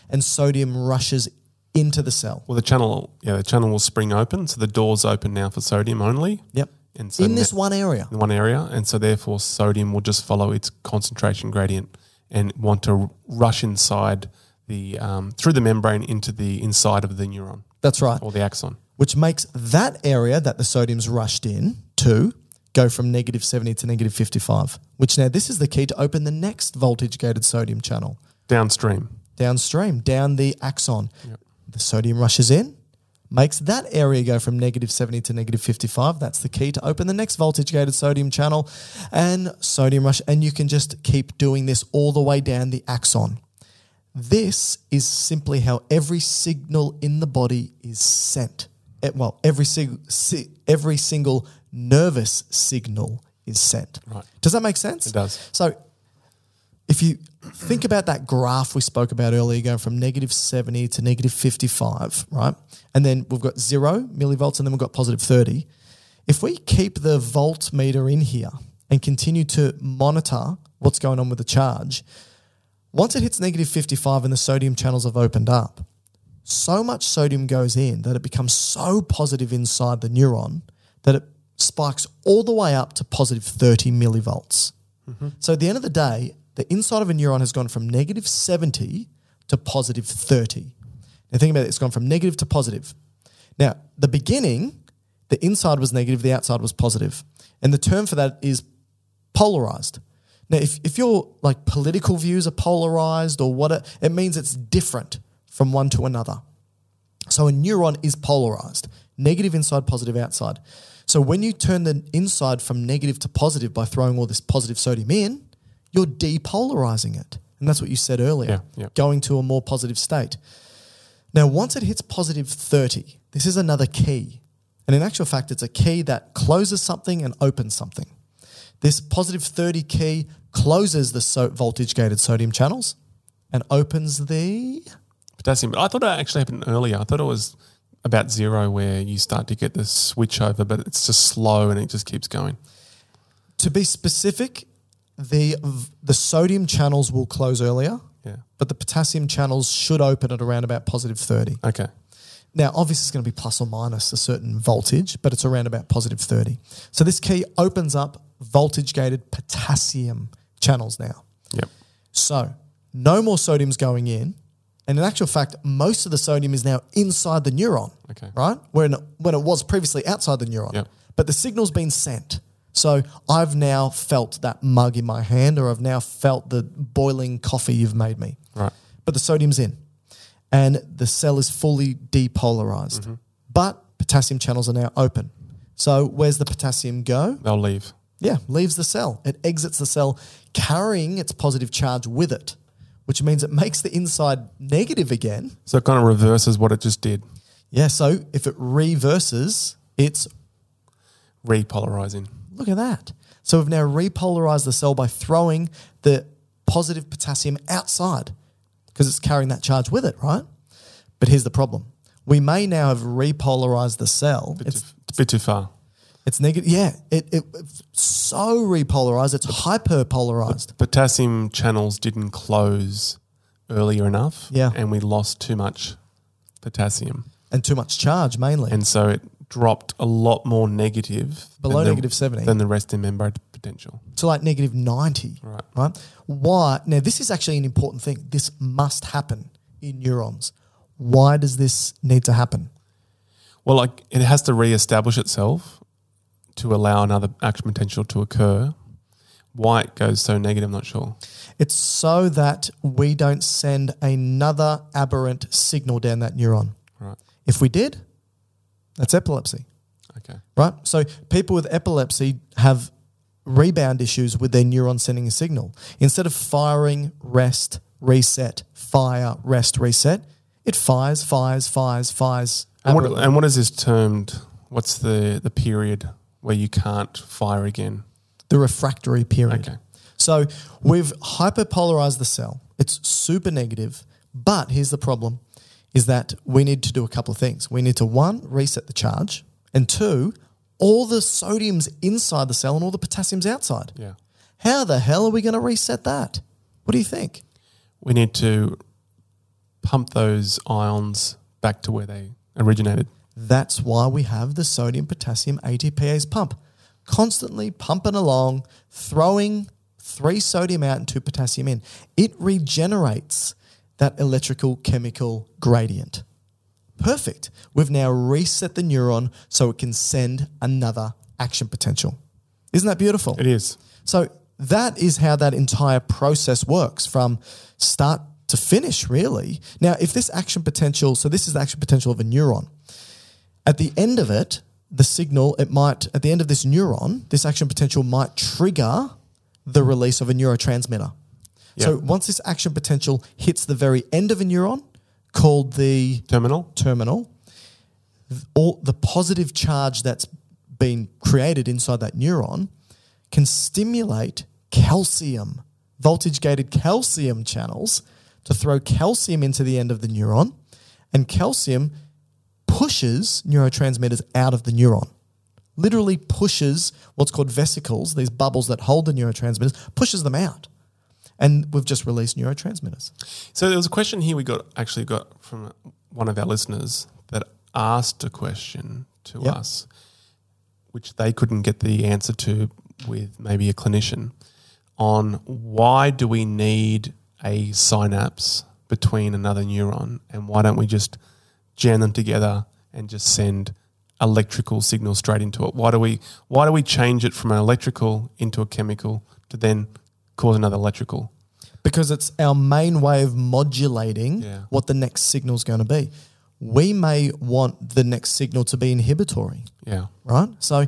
And sodium rushes into the cell.
Well, the channel, yeah, the channel will spring open, so the door's open now for sodium only.
Yep.
And so
In this
ne-
one area.
in one area, and so therefore sodium will just follow its concentration gradient and want to r- rush inside the um, through the membrane into the inside of the neuron
That's right.
or the axon.
Which makes that area that the sodium's rushed in to go from negative 70 to negative 55. Which now this is the key to open the next voltage gated sodium channel.
Downstream,
downstream, down the axon. The sodium rushes in, makes that area go from negative 70 to negative 55. That's the key to open the next voltage gated sodium channel and sodium rush. And you can just keep doing this all the way down the axon. This is simply how every signal in the body is sent. Eh, Well, every, sig- si- every single nervous signal is sent. Right. Does that make sense?
It does.
So if you think about that graph we spoke about earlier, going from negative 70 to negative 55, right? And then we've got zero millivolts and then we've got positive 30. If we keep the voltmeter in here and continue to monitor what's going on with the charge, once it hits negative 55 and the sodium channels have opened up, so much sodium goes in that it becomes so positive inside the neuron that it spikes all the way up to positive 30 millivolts. So at the end of the day, the inside of a neuron has gone from negative 70 to positive 30. Now think about it, it's gone from negative to positive. Now, the beginning, the inside was negative, the outside was positive. And the term for that is polarized. Now, if, if your like political views are polarized or what it, it means it's different from one to another. So a neuron is polarized, negative inside, positive outside. So when you turn the inside from negative to positive by throwing all this positive sodium in, you're depolarizing it. And that's what you said earlier,
Yeah, yeah.
going to a more positive state. Now, once it hits positive 30, this is another key. And in actual fact, it's a key that closes something and opens something. This positive 30 key closes the so- voltage gated sodium channels and opens the.
Potassium. I thought it actually happened earlier. I thought it was about zero where you start to get the switch over, but it's just slow and it just keeps going.
To be specific, the, v- the sodium channels will close earlier,
Yeah.
but the potassium channels should open at around about positive 30.
Okay.
Now, obviously, it's going to be plus or minus a certain voltage, but it's around about positive 30. So this key opens up voltage gated potassium channels now.
Yep.
So no more sodium's going in. And in actual fact, most of the sodium is now inside the neuron,
Okay.
right? When, when it was previously outside the neuron.
Yep.
But the signal's been sent. So I've now felt that mug in my hand, or I've now felt the boiling coffee you've made me
Right.
but the sodium's in and the cell is fully depolarized. But potassium channels are now open. So where's the potassium go?
They'll leave.
Yeah, leaves the cell. It exits the cell carrying its positive charge with it, which means it makes the inside negative again.
So it kind of reverses what it just did,
Yeah, so if it reverses, it's
repolarizing.
Look at that. So we've now repolarized the cell by throwing the positive potassium outside because it's carrying that charge with it, right? But here's the problem. We may now have repolarized the cell.
Bit
It's,
too, it's a bit too far.
it's negative. Yeah, it, it, it's so repolarized, it's hyperpolarized.
Potassium channels didn't close earlier enough.
Yeah.
And we lost too much potassium.
And too much charge mainly.
And so it dropped a lot more negative
Below
than the-
negative 70.
than the rest in membrane potential.
to like negative 90, right. Why? Now, this is actually an important thing. This must happen in neurons. Why does this need to happen?
Well, like it has to re-establish itself to allow another action potential to occur. Why it goes so negative, I'm not sure.
It's so that we don't send another aberrant signal down that neuron.
Right.
If we did, that's epilepsy,
Okay.
right? So people with epilepsy have rebound issues with their neuron sending a signal. Instead of firing, rest, reset, fire, rest, reset, it fires, fires, fires, fires.
And what,
aberrantly.
and what is this termed? What's the, the period where you can't fire again?
the refractory period.
Okay.
So we've hyperpolarized the cell. It's super negative, but here's the problem is that we need to do a couple of things. We need to one, reset the charge, and two, all the sodium's inside the cell and all the potassium's outside.
Yeah.
How the hell are we going to reset that? What do you think?
We need to pump those ions back to where they originated.
That's why we have the sodium potassium ATPase pump, constantly pumping along, throwing three sodium out and two potassium in. It regenerates that electrical chemical gradient. Perfect. We've now reset the neuron so it can send another action potential. Isn't that beautiful?
It is.
So that is how that entire process works from start to finish, really. Now, if this action potential, so this is the action potential of a neuron. At the end of it, the signal, it might, at the end of this neuron, this action potential might trigger the release of a neurotransmitter. So once this action potential hits the very end of a neuron, called the
Terminal?
terminal, th- all the positive charge that's been created inside that neuron can stimulate calcium, voltage gated calcium channels to throw calcium into the end of the neuron. And calcium pushes neurotransmitters out of the neuron. Literally pushes what's called vesicles, these bubbles that hold the neurotransmitters, pushes them out. And we've just released neurotransmitters.
So there was a question here we got actually got from one of our listeners that asked a question to
Yep.
us, which they couldn't get the answer to with maybe a clinician on why do we need a synapse between another neuron and why don't we just jam them together and just send electrical signals straight into it? Why do we why do we change it from an electrical into a chemical to then cause another electrical?
because it's our main way of modulating
Yeah.
what the next signal's going to be. We may want the next signal to be inhibitory,
Yeah.
right? So,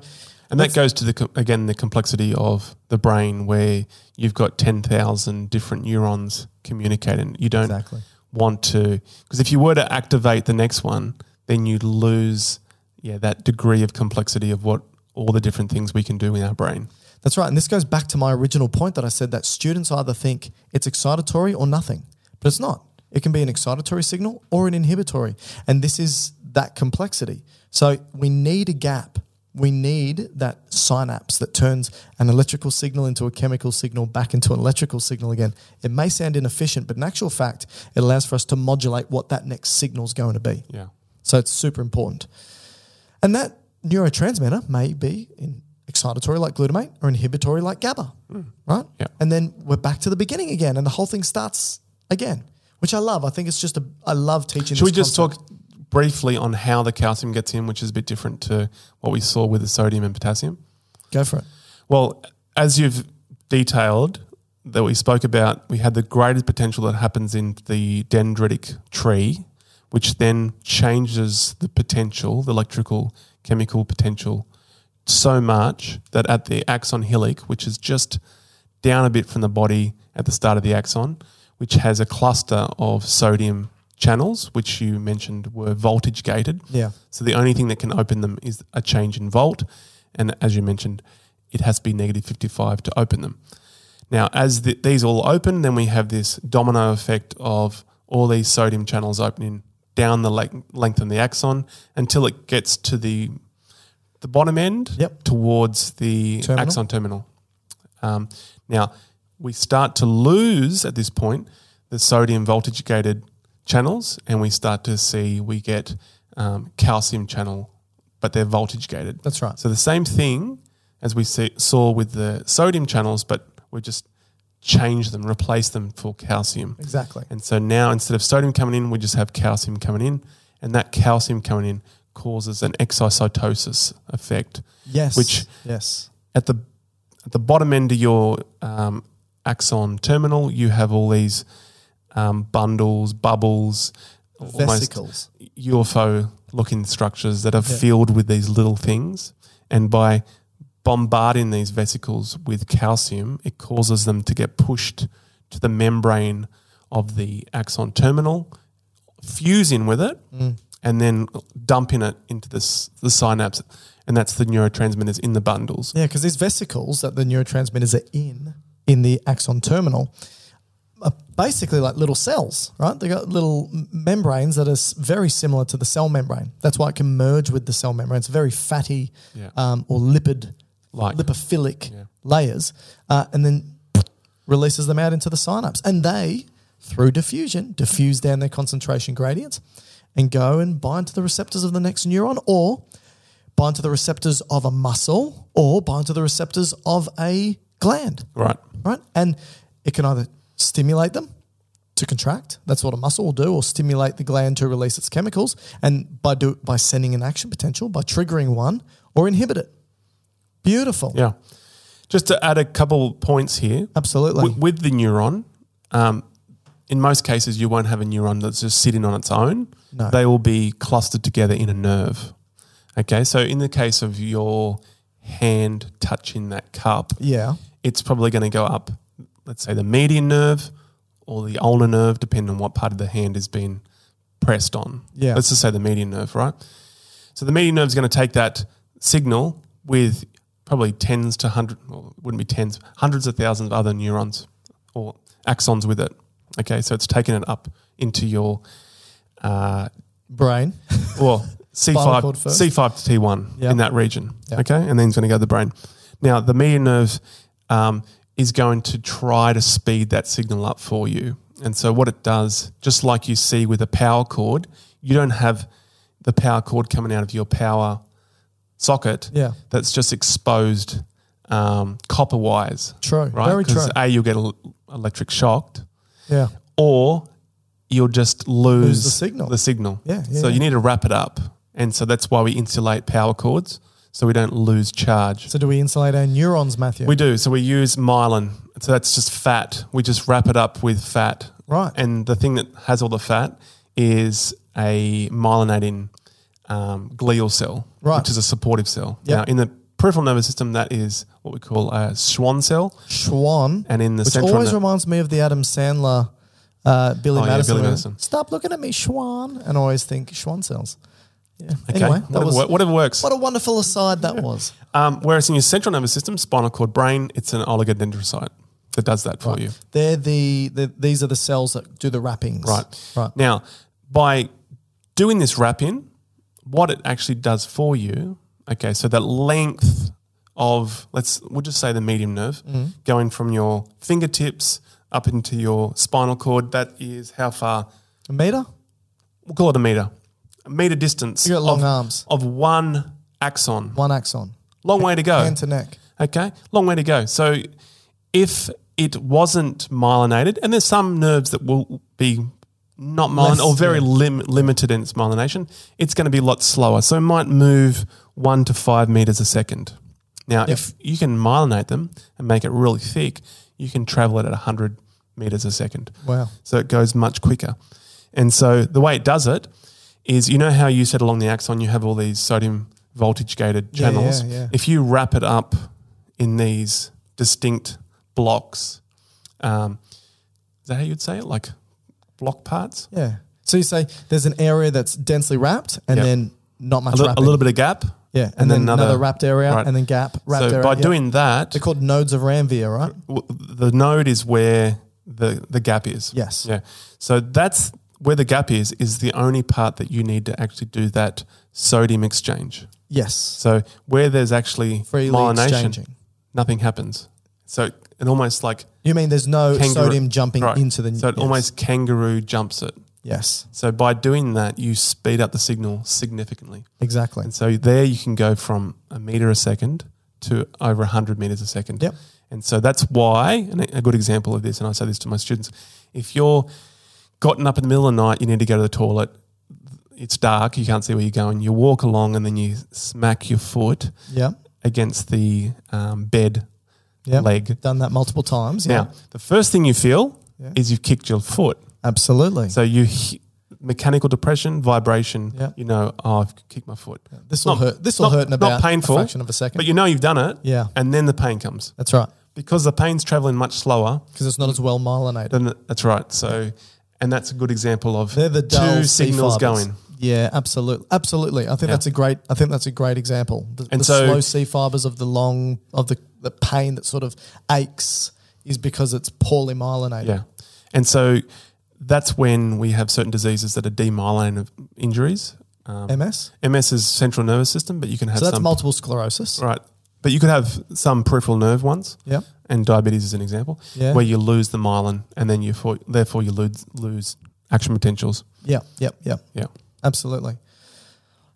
And that goes to the com- again the complexity of the brain, where you've got ten thousand different neurons communicating. You don't
Exactly.
want to because if you were to activate the next one, then you lose yeah, that degree of complexity of what all the different things we can do in our brain.
That's right. And this goes back to my original point that I said that students either think it's excitatory or nothing, but it's not. It can be an excitatory signal or an inhibitory. And this is that complexity. So we need a gap. We need that synapse that turns an electrical signal into a chemical signal back into an electrical signal again. It may sound inefficient, but in actual fact, it allows for us to modulate what that next signal is going to be.
Yeah.
So it's super important. And that neurotransmitter may be in excitatory like glutamate or inhibitory like GABA, right?
Hmm. Yeah.
And then we're back to the beginning again and the whole thing starts again, which I love. I think it's just a, I love teaching
Should we
this
just
concept.
talk briefly on how the calcium gets in, which is a bit different to what we saw with the sodium and potassium?
Go for it.
Well, as you've detailed that we spoke about, we had the greatest potential that happens in the dendritic tree, which then changes the potential, the electrical chemical potential, so much that at the axon hillock, which is just down a bit from the body at the start of the axon, which has a cluster of sodium channels, which you mentioned were voltage gated.
Yeah.
So the only thing that can open them is a change in volt. And as you mentioned, it has to be negative 55 to open them. Now, as the, these all open, then we have this domino effect of all these sodium channels opening down the length, length of the axon until it gets to the the bottom end
Yep.
towards the
Terminal.
axon terminal. Um, now, we start to lose at this point the sodium voltage gated channels, and we start to see we get um, calcium channel, but they're voltage gated.
That's right.
So the same thing as we see, saw with the sodium channels, but we just change them, replace them for calcium.
Exactly.
And so now instead of sodium coming in, we just have calcium coming in, and that calcium coming in causes an exocytosis effect.
Yes.
Which
Yes.
at the at the bottom end of your um, axon terminal, you have all these um, bundles, bubbles,
Vesicles.
UFO looking structures that are filled with these little things. And by bombarding these vesicles with calcium, it causes them to get pushed to the membrane of the axon terminal, fusing with it, and then dumping it into this, the synapse. And that's the neurotransmitters in the bundles.
Yeah, because these vesicles that the neurotransmitters are in in the axon terminal are basically like little cells, right? They got little m- membranes that are s- very similar to the cell membrane. That's why it can merge with the cell membrane. It's very fatty
Yeah.
um, or lipid,
Like.
lipophilic layers, uh, and then releases them out into the synapse, and they through diffusion diffuse down their concentration gradients and go and bind to the receptors of the next neuron or bind to the receptors of a muscle or bind to the receptors of a gland,
Right.
right? And it can either stimulate them to contract, that's what a muscle will do, or stimulate the gland to release its chemicals, and by do by sending an action potential, by triggering one, or inhibit it. Beautiful.
Yeah. Just to add a couple points here.
Absolutely.
With, with the neuron, um, in most cases, you won't have a neuron that's just sitting on its own.
No.
They will be clustered together in a nerve. Okay. So, in the case of your hand touching that cup,
yeah.
it's probably going to go up, let's say the median nerve or the ulnar nerve, depending on what part of the hand is being pressed on.
Yeah.
Let's just say the median nerve, right? So the median nerve is going to take that signal with probably tens to hundred, well, it wouldn't be tens, hundreds of thousands of other neurons or axons with it. Okay, so it's taking it up into your uh,
Brain.
well, C
Spinal
five,
cord first.
C five to T one
Yeah.
in that region.
Yeah.
Okay, and then it's going to go to the brain. Now, the median nerve um, is going to try to speed that signal up for you, and so what it does, just like you see with a power cord, you don't have the power cord coming out of your power socket.
Yeah.
that's just exposed um, copper wires.
True.
right?
Very
'Cause
true.
A, you'll get el- electric shocked
yeah.
or you'll just lose,
Lose the signal.
The signal.
Yeah, yeah,
so
yeah.
you need to wrap it up, and so that's why we insulate power cords so we don't lose charge.
So do we insulate our neurons, Matthew?
we do. So we use myelin. So that's just fat. We just wrap it up with fat.
Right.
And the thing that has all the fat is a myelinating um, glial cell,
Right.
which is a supportive cell.
Yep.
Now, in the peripheral nervous system, that is what we call a Schwann cell.
Schwann.
And in the
which
central
always
ner-
reminds me of the Adam Sandler, uh, Billy
Oh, yeah,
Madison.
Billy
one.
Madison.
Stop looking at me, Schwann, and I always think Schwann cells. Yeah. Anyway, that
whatever,
was
wor- whatever works.
what a wonderful aside that was.
um, whereas in your central nervous system, spinal cord, brain, it's an oligodendrocyte that does that for you.
They're the, the these are the cells that do the wrappings.
Right.
Right.
Now, by doing this wrap in, what it actually does for you, okay, so that length of, let's, we'll just say the medium nerve,
Mm-hmm.
going from your fingertips up into your spinal cord, that is how far,
A meter?
we'll call it a meter, a meter distance.
You got long
of,
arms.
Of one axon.
One axon.
Long way to go.
Hand to neck.
Okay, long way to go. So, if it wasn't myelinated, and there's some nerves that will be not myelin
Less,
or very
yeah.
lim- limited in its myelination, it's going to be a lot slower. So, it might move one to five meters a second. Now, if you can myelinate them and make it really thick, you can travel it at 100 meters a second.
Wow.
So it goes much quicker. And so the way it does it is you know how you said along the axon you have all these sodium voltage gated
Yeah, yeah,
channels.
yeah.
If you wrap it up in these distinct blocks, um, is that how you'd say it? Like block parts?
Yeah. So you say there's an area that's densely wrapped and
Yep.
then not much
A, li- a
wrapping.
little bit of gap.
Yeah. And, then, another, wrapped area
Right.
and then gap, wrapped
so
area.
by
yeah.
doing that,
They're called nodes of Ranvier, right?
w- the node is where the the gap is.
Yes.
Yeah. So that's where the gap is is the only part that you need to actually do that sodium exchange.
Yes.
So where there's actually
Freely
myelination,
exchanging.
nothing happens. So it it almost like
you mean there's no
kangaroo-
sodium jumping
Right.
into the
So it
yes.
almost kangaroo jumps it.
Yes,
So by doing that, you speed up the signal significantly.
exactly.
And so there you can go from a meter a second to over 100 meters a second.
Yep.
And so that's why, and a- a good example of this, and I say this to my students if you're gotten up in the middle of the night, you need to go to the toilet, it's dark, you can't see where you're going, you walk along and then you smack your foot
Yeah.
against the um, bed
Yep.
leg.
Done that multiple times. Yeah.
Now, the first thing you feel is you've kicked your foot.
Absolutely.
So you. He- Mechanical depression, vibration.
Yep.
You know, oh, I've kicked my foot.
this will
Not-
hurt. This will
not-
hurt in
not
about
painful,
a fraction of a second.
But you know you've done it.
Yeah.
And then the pain comes
That's right.
because the pain's traveling much slower.
Because it's not as well myelinated.
Then that's right. So, and that's a good example of
They're the dull
two signals
C fibers.
going.
Yeah, absolutely, absolutely. I think that's a great. I think that's a great example. The,
And
the
so-
slow C fibers of the long of the, the pain that sort of aches is because it's poorly myelinated.
Yeah. And so that's when we have certain diseases that are demyelinating of injuries. Um,
MS.
MS is central nervous system, but you can have
So that's
some
multiple sclerosis.
right. But you could have some peripheral nerve ones.
Yep.
And diabetes is an example
Yeah.
where you lose the myelin, and then you for, therefore you lose lose action potentials.
Yeah. Yep. Yep.
Yeah.
Absolutely.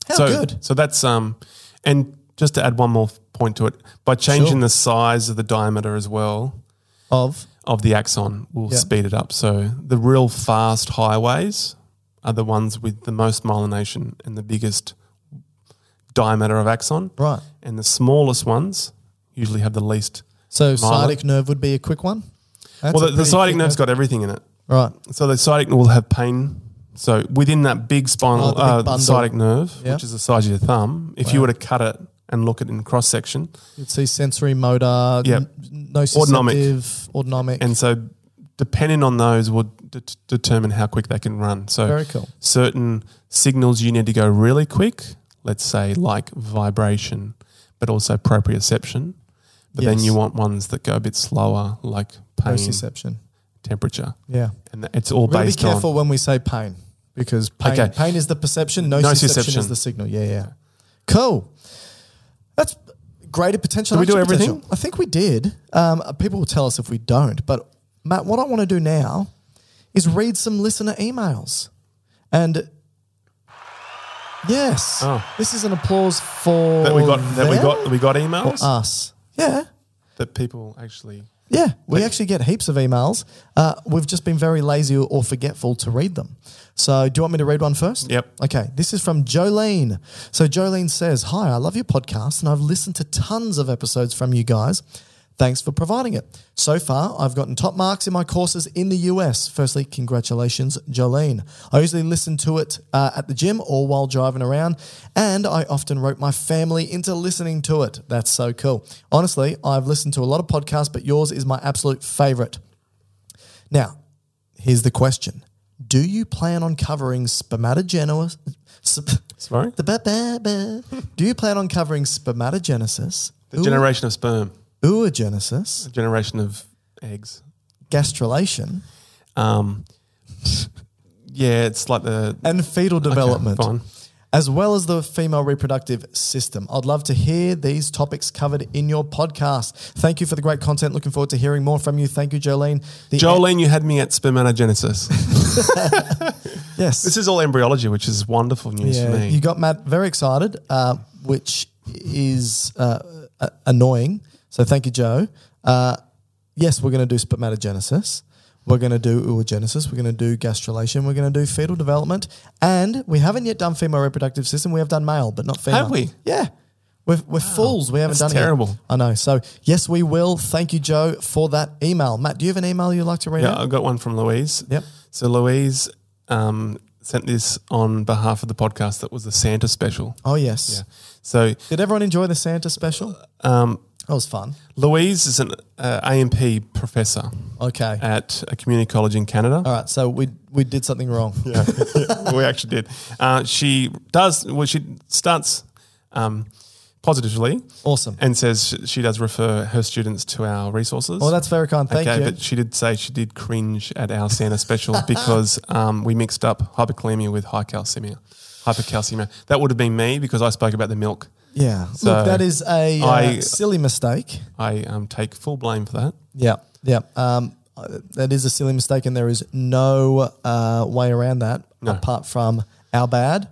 How
so,
Oh, good.
So that's um, and just to add one more point to it, by changing
Sure.
the size of the diameter as well
Of
of the axon, will
Yeah.
speed it up. So the real fast highways are the ones with the most myelination and the biggest diameter of axon,
right.
and the smallest ones usually have the least.
So
Myelin.
sciatic nerve would be a quick one. That's
well,
a
the, the
pretty
sciatic
quick
nerve's
nerve.
got everything in it.
right.
So the sciatic will have pain. So within that big
Oh,
spinal,
the big
uh,
bundle.
sciatic nerve,
Yeah.
which is the size of your thumb, if you were to cut it and look at it in cross section,
You'd see sensory motor,
Yep.
n- nociceptive, autonomic.
and so depending on those will de- determine how quick they can run. So
Very cool.
certain signals you need to go really quick. Let's say like vibration, but also proprioception. But then
Yes.
you want ones that go a bit slower, like pain,
nociception.
temperature,
Yeah.
and th- it's all
We've got to be
based on.
careful when we say pain because pain,
Okay.
pain is the perception, nociception,
Nociception.
is the signal. Yeah, yeah. Cool. That's greater potential.
Did we do
action
everything?
potential. I think we did. Um, uh, people will tell us if we don't. But Matt, what I want to do now is read some listener emails. And yes,
Oh.
this is an applause for
That we got. That we
them
got. We got
or
emails
us. Yeah.
that people actually.
Yeah, we actually get heaps of emails. Uh, we've just been very lazy or forgetful to read them. So, do you want me to read one first?
Yep.
Okay, this is from Jolene. So, Jolene says, Hi, I love your podcast and I've listened to tons of episodes from you guys. Thanks for providing it. So far, I've gotten top marks in my courses in the US. Firstly, congratulations, Jolene. I usually listen to it uh, at the gym or while driving around, and I often rope my family into listening to it. That's so cool. Honestly, I've listened to a lot of podcasts, but yours is my absolute favorite. Now, here's the question Do you plan on covering spermatogenesis? Sp-
Sorry?
The ba ba ba. Do you plan on covering spermatogenesis,
The generation of sperm,
oogenesis,
the generation of eggs.
gastrulation,
Um, yeah, it's like the
and fetal
Okay,
development?
fine.
as well as the female reproductive system. I'd love to hear these topics covered in your podcast. Thank you for the great content. Looking forward to hearing more from you. Thank you, Jolene. The
Jolene, you had me at spermatogenesis.
yes.
this is all embryology, which is wonderful news for me.
You got Matt very excited, uh, which is uh, a- annoying. So thank you, Joe. Uh, yes, we're going to do spermatogenesis. We're going to do oogenesis. We're going to do gastrulation. We're going to do fetal development. And we haven't yet done female reproductive system. We have done male, but not female.
Have we?
Yeah. We're, we're fools. We haven't done
That's
it yet.
terrible.
I know. So, yes, we will. Thank you, Joe, for that email. Matt, do you have an email you'd like to read
Yeah,
out?
I got one from Louise.
Yep.
So Louise um, sent this on behalf of the podcast that was the Santa special.
Oh, yes.
So
Did everyone enjoy the Santa special?
um,
That was fun.
Louise is an uh, AMP professor
Okay.
at a community college in Canada.
All right, so we we did something wrong.
we actually did. Uh, she does. Well, she starts um, positively
Awesome.
and says sh- she does refer her students to our resources.
well, Oh, that's very kind. Thank
okay,
you.
but she did say she did cringe at our Santa special because um, we mixed up hyperkalemia with hypercalcemia. Hypercalcemia. That would have been me because I spoke about the milk.
yeah,
So
look, that is a uh,
I-
silly mistake.
I um, take full blame for that.
Yeah, yeah. Um, uh, that is a silly mistake, and there is no uh, way around that apart from our bad.